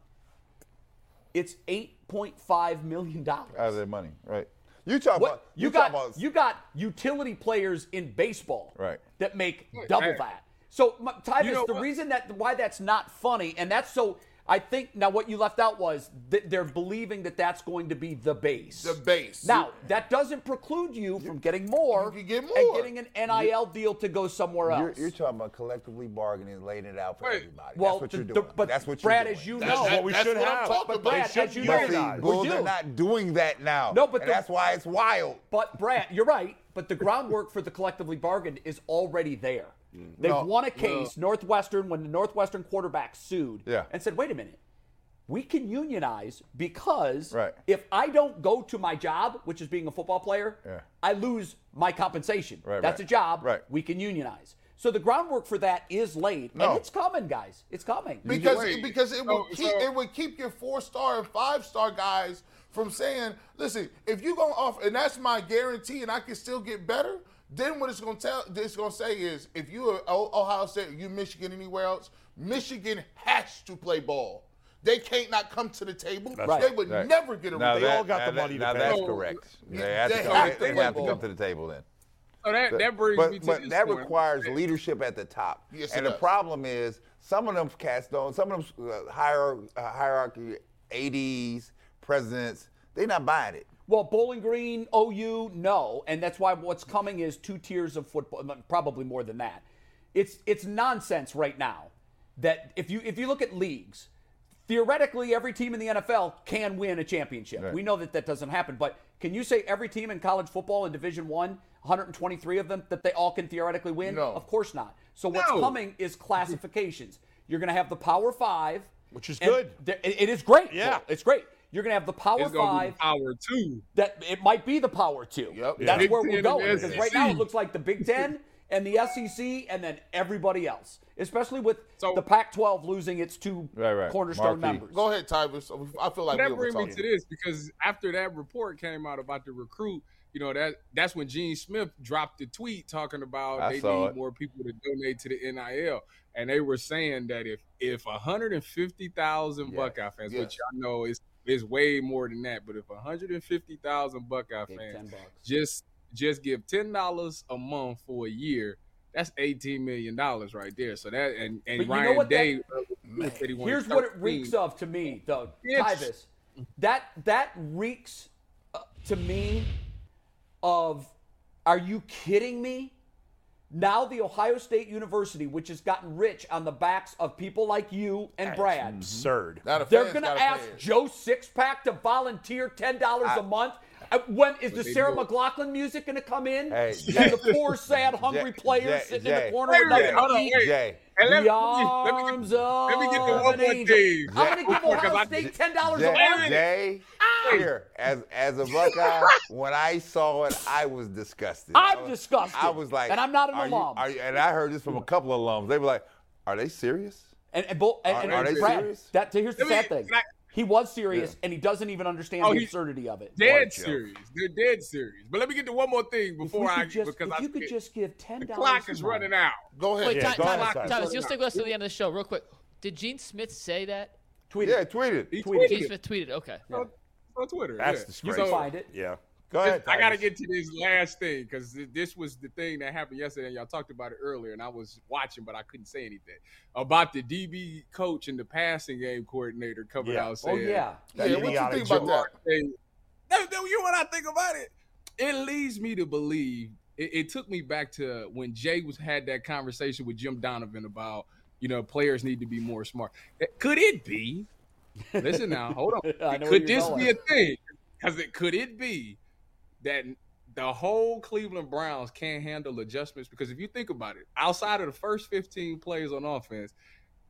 It's eight point five million dollars. Out of their money, right? You talk about What you, talk got? about you got utility players in baseball, Right. That make double right. that. So, my- Tyvus, know the what? reason that why that's not funny, and that's so. I think now what you left out was that they're believing that that's going to be the base. the base. Now that doesn't preclude you from getting more, You can get and more. getting an NIL deal to go somewhere You're, else. you're talking about collectively bargaining and laying it out for Wait. everybody. well, That's what the- you're the- doing. but That's what Brad, you're doing. as you That's- know, that- what we that's should what I'm have. talking But about. Brad, They should as you use know- But it. see, We Bulls do. are not doing that now. No, but and the- that's why it's wild. But Brad, you're right. But the groundwork for the collectively bargained is already there. They've No, won a case, Northwestern, when the Northwestern quarterback sued Yeah. and said, "Wait a minute, we can unionize because Right. if I don't go to my job, which is being a football player, Yeah. I lose my compensation. Right, That's right. a job. Right. We can unionize." So the groundwork for that is laid, No. and it's coming, guys. It's coming. because Wait. because it will So- keep so- it would keep your four star and five star guys from saying, listen, if you gonna offer and that's my guarantee, and I can still get better. Then what it's gonna tell, it's gonna say is, if you are O- Ohio State, or you Michigan, anywhere else, Michigan has to play ball. They can't not come to the table. right. They would Right. never get a Now they that- all got now the that- money to Now pay. that's So- correct. They Yeah, have they to have come- to they play have to ball. come to the table then. So that, that brings but, me to but this that point. requires leadership at the top. Yes, and it the does. problem is some of them cats don't. Some of them uh, hierarchy, uh, hierarchy, 80s presidents, they not buying it. Well, Bowling Green, OU, no, and that's why what's coming is two tiers of football, probably more than that. It's it's nonsense right now that if you if you look at leagues, theoretically every team in the NFL can win a championship. We know that that doesn't happen, but can you say every team in college football in Division 1 123 of them that they all can theoretically win? No. Of course not. So what's No. coming is classifications. You're going to have the Power Five, Which is and good. there- it- it is great. Yeah. Cole. it's great. You're going to have the Power It's gonna be Five. the power two. That it might be the Power Two. Yep. That's Big where Ten and we're E going the because right now it SEC. looks like the Big Ten and the SEC and then everybody else, especially with So- the Pac-12 losing its two Right, right. cornerstone Marquee. members. Go ahead, Tyrus. I feel like that we brings me overtalked to you. this because after that report came out about the recruit, you know that that's when Gene Smith dropped the tweet talking about I they saw need it. more people to donate to the NIL, and they were saying that if if 150,000 Yes. Buckeye fans, Yes. which y'all know is is way more than that, but if 150,000 Buckeye Big fans Ten bucks. just just give ten dollars a month for a year. That's eighteen million dollars right there. So that and and But you know Ryan what that- Day. uh, said he wanted Here's what it 13. reeks of to me, though. It's- Tyvis, that that reeks uh, to me of, are you kidding me? Now the Ohio State University, which has gotten rich on the backs of people like you and Brad, Absurd. Now the they're fans going to gotta ask pay it. Joe Sixpack to volunteer ten dollars a month. Uh, When is the they Sarah do. McLaughlin music going to come in? Hey, and the poor, sad, hungry Jay, players Jay, sitting in Jay. the corner Wait a with nothing minute, hold to on, eat. wait. Jay, And The let, let me, let me arms get, let me get the one of more Oh, an angel. thing. I'm going to give Because I- Ohio State ten dollars a Jay, month. Jay, here as as a Buckeye, when I saw it, I was disgusted. I I'm was- disgusted. I was like, and I'm not an are you- alum. are you- and I heard this from a couple of alums. They were like, "Are they serious?" and and, bo- and, and Are they Brad, serious? that here's the Let me- sad thing. can I- He was serious, and he doesn't even understand Oh, the he- absurdity of it. What a Dead joke. serious. They're dead serious. But let me get to one more thing If before we could I just, because if I you could forget. just give ten the dollars, clock is running out. Go ahead. Wait, Yeah, Ty- go ahead, Ty- Cyrus. Tyvis, you'll stay with us to the end of the show, real quick. Did Gene Smith say that? Tweet Yeah, it. tweeted. He Tweeted. Gene tweeted Smith tweeted. Okay. on, on Twitter. That's yeah. disgraceful. So, Find it. Yeah. Go ahead. I got to Tyrus. get to this last thing because this was the thing that happened yesterday. And y'all talked about it earlier, and I was watching, but I couldn't say anything about the DB coach and the passing game coordinator coming Yeah. out Oh saying, yeah. Yeah, what you Idiotic think about that? joke. Hey, that- that- you know what I think about it? It leads me to believe. It, it took me back to when Jay was had that conversation with Jim Donovan about you know players need to be more smart. Eh, Could it be? Listen now, hold on. I know where Could you're this going. be a thing? Because it could it be that the whole Cleveland Browns can't handle adjustments? Because if you think about it, outside of the first 15 plays on offense,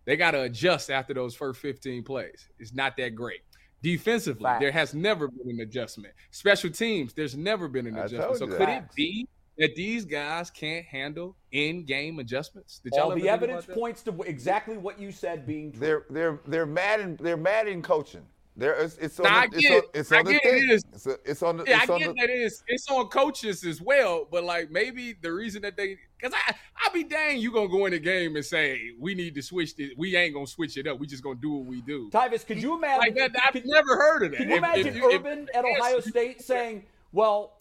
they got to adjust after those first 15 plays. It's not that great. Defensively, Facts. there has never been an adjustment. Special teams, there's never been an I adjustment. told So you could that. it be that these guys can't handle in-game adjustments? Did y'all All ever the think about evidence that? points to exactly what you said being true. They're they're they're mad in they're mad in coaching. They're it's, it's on Nah, I the, it's get on, it. it's I on the get it. thing. It is. It's, a- it's on the Yeah, I it's on get the, that it's it's on coaches as well, but like maybe the reason that they because I I be dang you gonna go in the game and say we need to switch it, we ain't gonna switch it up, we just gonna do what we do. Tyvis, could you imagine? Like that, I've could- never heard of that. Can you If- if imagine you- if- Urban at Ohio State saying, well,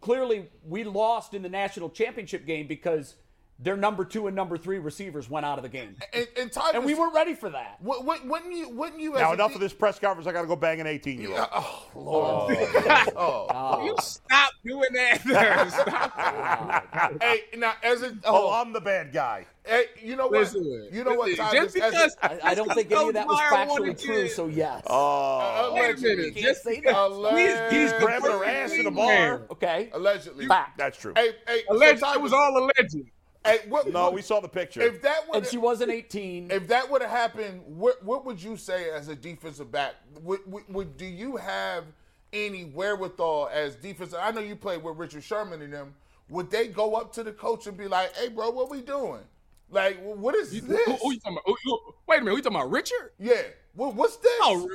clearly we lost in the national championship game because their number two and number three receivers went out of the game. And, and Tyrus, And we weren't ready for that. wou- wou- Wouldn't you? Wouldn't you? as Now a enough D- of this press conference. I got to go bang an 18 year old. Oh Lord. Oh. you stop doing that? Stop. Hey, now as a Oh, oh, I'm the bad guy. hey, you know what? Listen, you know what? listen, Tyrus, Just as a- because I, I don't think any of that was Omar wanted factually true, to- so yes. Oh, wait a allegedly, minute, can't just say that. allegedly, He's grabbing her ass in a bar. okay. Allegedly, Fact. That's true. Hey, hey, so Alleged, it Tyrus, was all alleged. Hey, what, No, what- we saw the picture. If that would And she wasn't 18. If that would have happened, what what would you say as a defensive back? Would, would, would do you have any wherewithal as defensive? I know you played with Richard Sherman and them. Would they go up to the coach and be like, "Hey, bro, what we doing? Like, wh- what is You- this? Who, who you talking about? Who- who- wait a minute, we talking about Richard? yeah, what, what's this? Oh,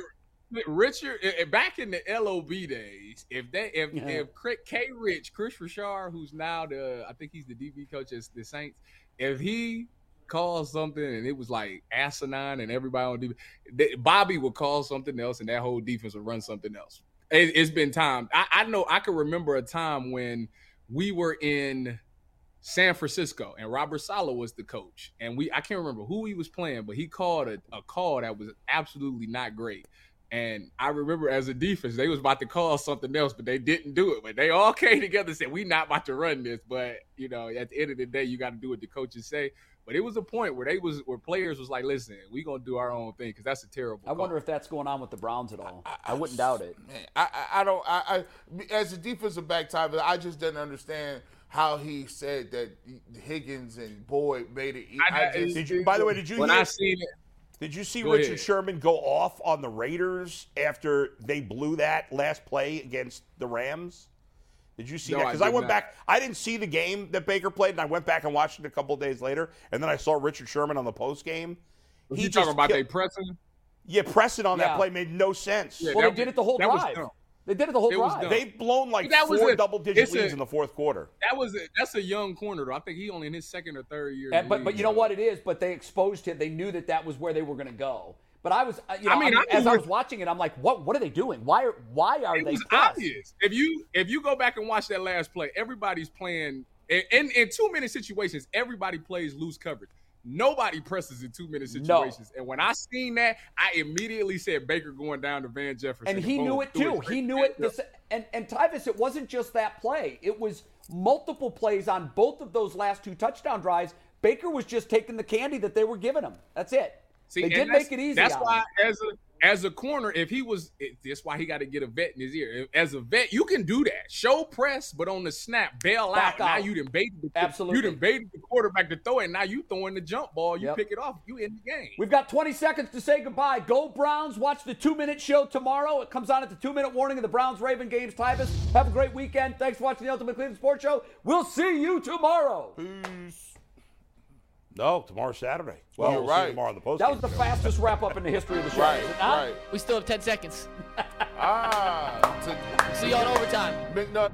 R- Richard, i- i- back in the LOB days, if they if if Cri- K Rich, Chris Richard, who's now the I think he's the DB coach at the Saints, if he called something and it was like asinine and everybody on DB, they, Bobby would call something else and that whole defense would run something else. It, it's been time. I, I know I can remember a time when we were in San Francisco, and Robert Sala was the coach. And we I can't remember who he was playing, but he called a, a call that was absolutely not great. And I remember as a defense, they was about to call something else, but they didn't do it. But they all came together and said, We not about to run this. But you know, at the end of the day, you got to do what the coaches say. But it was a point where they was where players was like, Listen, we gonna do our own thing because that's a terrible I wonder call." if that's going on with the Browns at all. I wouldn't doubt it. Man, I, I I don't I, I as a defensive back, Tyler, I just didn't understand how he said that Higgins and Boyd made it. e- I- I just- Did you, by the way, did you when hear, I seen it, did you see Go Richard ahead. Sherman go off on the Raiders after they blew that last play against the Rams? Did you see No, that? I Because I, did went not. back. I didn't see the game that Baker played, and I went back and watched it a couple days later. And then I saw Richard Sherman on the post game. was you talking about they pressing? yeah, pressing on Yeah. that play made no sense. Yeah, Well, that they did was- it the whole that was drive. dumb. They did it the whole It was drive. dumb. They've blown like That was four a- double digit it's a- leads in the fourth quarter. That was a, that's a young corner though. I think he only in his second or third year. in And- the but but league. you know what it is. But they exposed him. They knew that that was where they were going to go. But I was, uh, you know, I mean, I knew as I what- was watching it, I'm like, what What are they doing? Why are Why are It they? was pressed? obvious. If you if you go back and watch that last play, everybody's playing in, in, in two minute situations. Everybody plays loose coverage. Nobody presses in two minute No. situations. And when I seen that, I immediately said Baker going down to Van Jefferson. and he boom, knew it threw too. He straight knew back it. up. This, and and Tyvis, it wasn't just that play. It was multiple plays on both of those last two touchdown drives. Baker was just taking the candy that they were giving him. That's it. they and did that's- make it easy. That's on why, him. as a as a corner, if he was, it, that's why he got to get a vet in his ear. If- As a vet, you can do that. Show press, but on the snap, bail Back out. Now out. you done baited the Absolutely. You done baited the quarterback to throw it. Now you throwing the jump ball. You Yep. pick it off. You in the game. We've got 20 seconds to say goodbye. Go Browns. Watch the two minute show tomorrow. It comes on at the two minute warning of the Browns Raven games. Tyvis, have a great weekend. Thanks for watching the Ultimate Cleveland Sports Show. We'll see you tomorrow. No, tomorrow's Saturday. Well, You're we'll see right. tomorrow on the post. That was the fastest wrap up in the history of the show. Right, is it not? right. We still have 10 seconds. Ah, to See y'all in overtime. McNutt.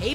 Hey,